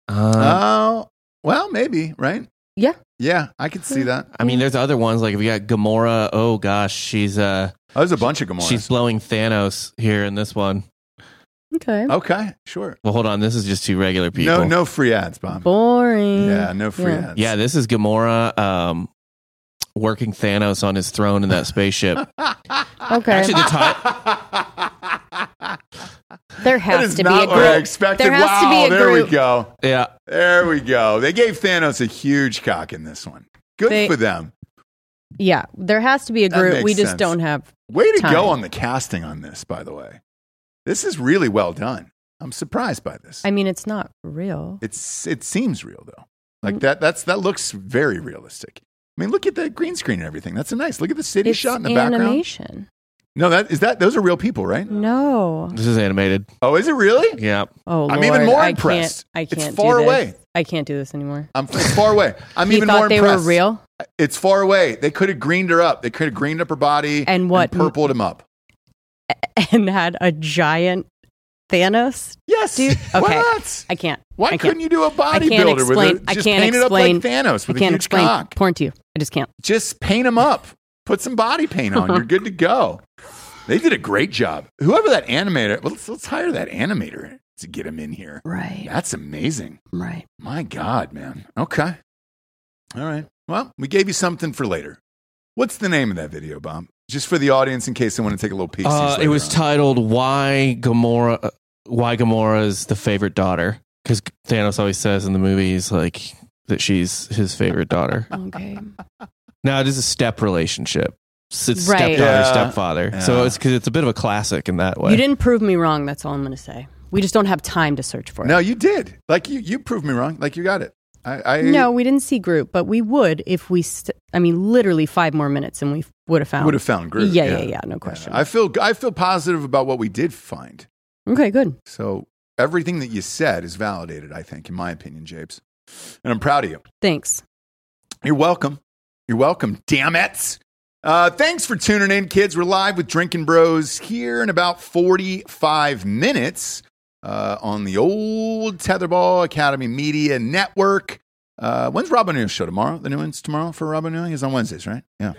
uh, Oh, well, maybe right. Uh-huh. Yeah. Yeah, I could see that. I mean, there's other ones like if you got Gamora. Oh gosh, she's uh, Oh, there's a bunch of Gamoras. she's blowing Thanos here in this one. Oh. Okay. okay, sure. Well, hold on, this is just two regular people. No, no free ads, Bob. Boring. Yeah, no free Yeah. ads. Yeah, this is Gamora. Um, working Thanos on his throne in that spaceship. Okay. Actually, the ti- there That has is to be a not group. what I expected. There has wow, to be a there group. we go. Yeah. There we go. They gave Thanos a huge cock in this one. Good They- for them. Yeah, there has to be a That group. makes We just sense. don't have. Way to time. go on the casting on this, by the way. This is really well done. I'm surprised by this. I mean, it's not real. It's it seems real though. Mm. Like that that's that looks very realistic. I mean, look at that green screen and everything. That's a nice. Look at the city It's shot in the background. animation. Mm. No, that is that those are real people, right? No. this is animated. Oh, is it really? Yeah. Oh, I'm Lord, even more I impressed. Can't, I It's can't. far do this. away. I can't do this anymore. I'm it's far away. I'm You even thought more they impressed. were real, It's far away. They could have greened her up. They could have greened up her body And what- purpled him up. and had a giant Thanos. Yes. Dude, okay. What? I can't. I Why can't. couldn't you do a I bodybuilder can't with a, explain. just I can't explain. paint it up like Thanos with I can't a huge explain cock? porn to you. I just can't. Just paint him up. Put some body paint on. You're good to go. They did a great job. Whoever that animator, well, let's, let's hire that animator to get him in here. Right. That's amazing. Right. My God, man. Okay. All right. Well, we gave you something for later. What's the name of that video, Bob? Just for the audience, in case they want to take a little piece. Uh, it was titled "Why Gamora? Why Gamora's the favorite daughter?" Because Thanos always says in the movies like that she's his favorite daughter. Okay. now it is a step relationship. It's it's Right. stepdaughter, Yeah. stepfather. Yeah. So it's because it's a bit of a classic in that way. You didn't prove me wrong. That's all I'm going to say. We just don't have time to search for it. no, you did. Like you, you proved me wrong. Like you got it. I, I No, we didn't see Groot, but we would if we. St- I mean, literally five more minutes, and we f- would have found. would have found Groot. Yeah, yeah, yeah, no question. I feel I feel positive about what we did find. okay, good. So everything that you said is validated. I think, in my opinion, Japes, and I'm proud of you. Thanks. You're welcome. You're welcome. Damn it. Uh, thanks for tuning in, kids. We're live with Drinking Bros here in about 45 minutes uh, on the old Tetherball Academy Media Network. Uh, when's Rob O'Neill's show tomorrow? The new one's tomorrow for Rob O'Neill. He's on Wednesdays, right? Yeah.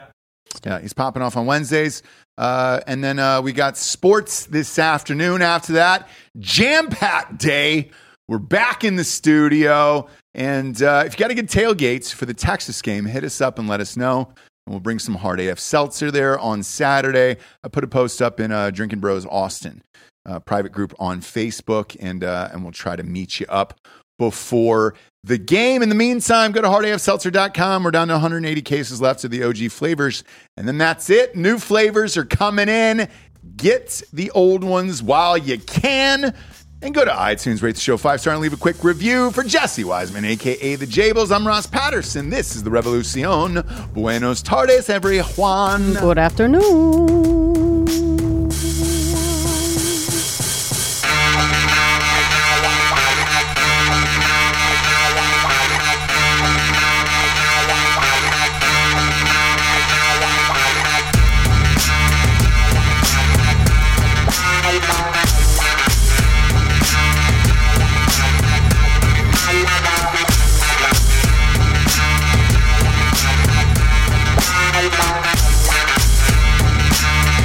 Yeah, he's popping off on Wednesdays. Uh, and then uh, we got sports this afternoon after that. Jam packed day. We're back in the studio. And uh, if you got to get tailgates for the Texas game, hit us up and let us know. And we'll bring some hard AF seltzer there on Saturday. I put a post up in uh, Drinking Bros Austin uh, private group on Facebook, and uh, and we'll try to meet you up before the game. In the meantime, go to hardafseltzer.com. We're down to 180 cases left of the OG flavors, and then that's it. New flavors are coming in. Get the old ones while you can. And go to iTunes, rate the show five star, and leave a quick review for Jesse Wiseman, aka the Jables. I'm Ross Patterson. This is the Revolucion. Buenos tardes, everyone. Good afternoon. Bye.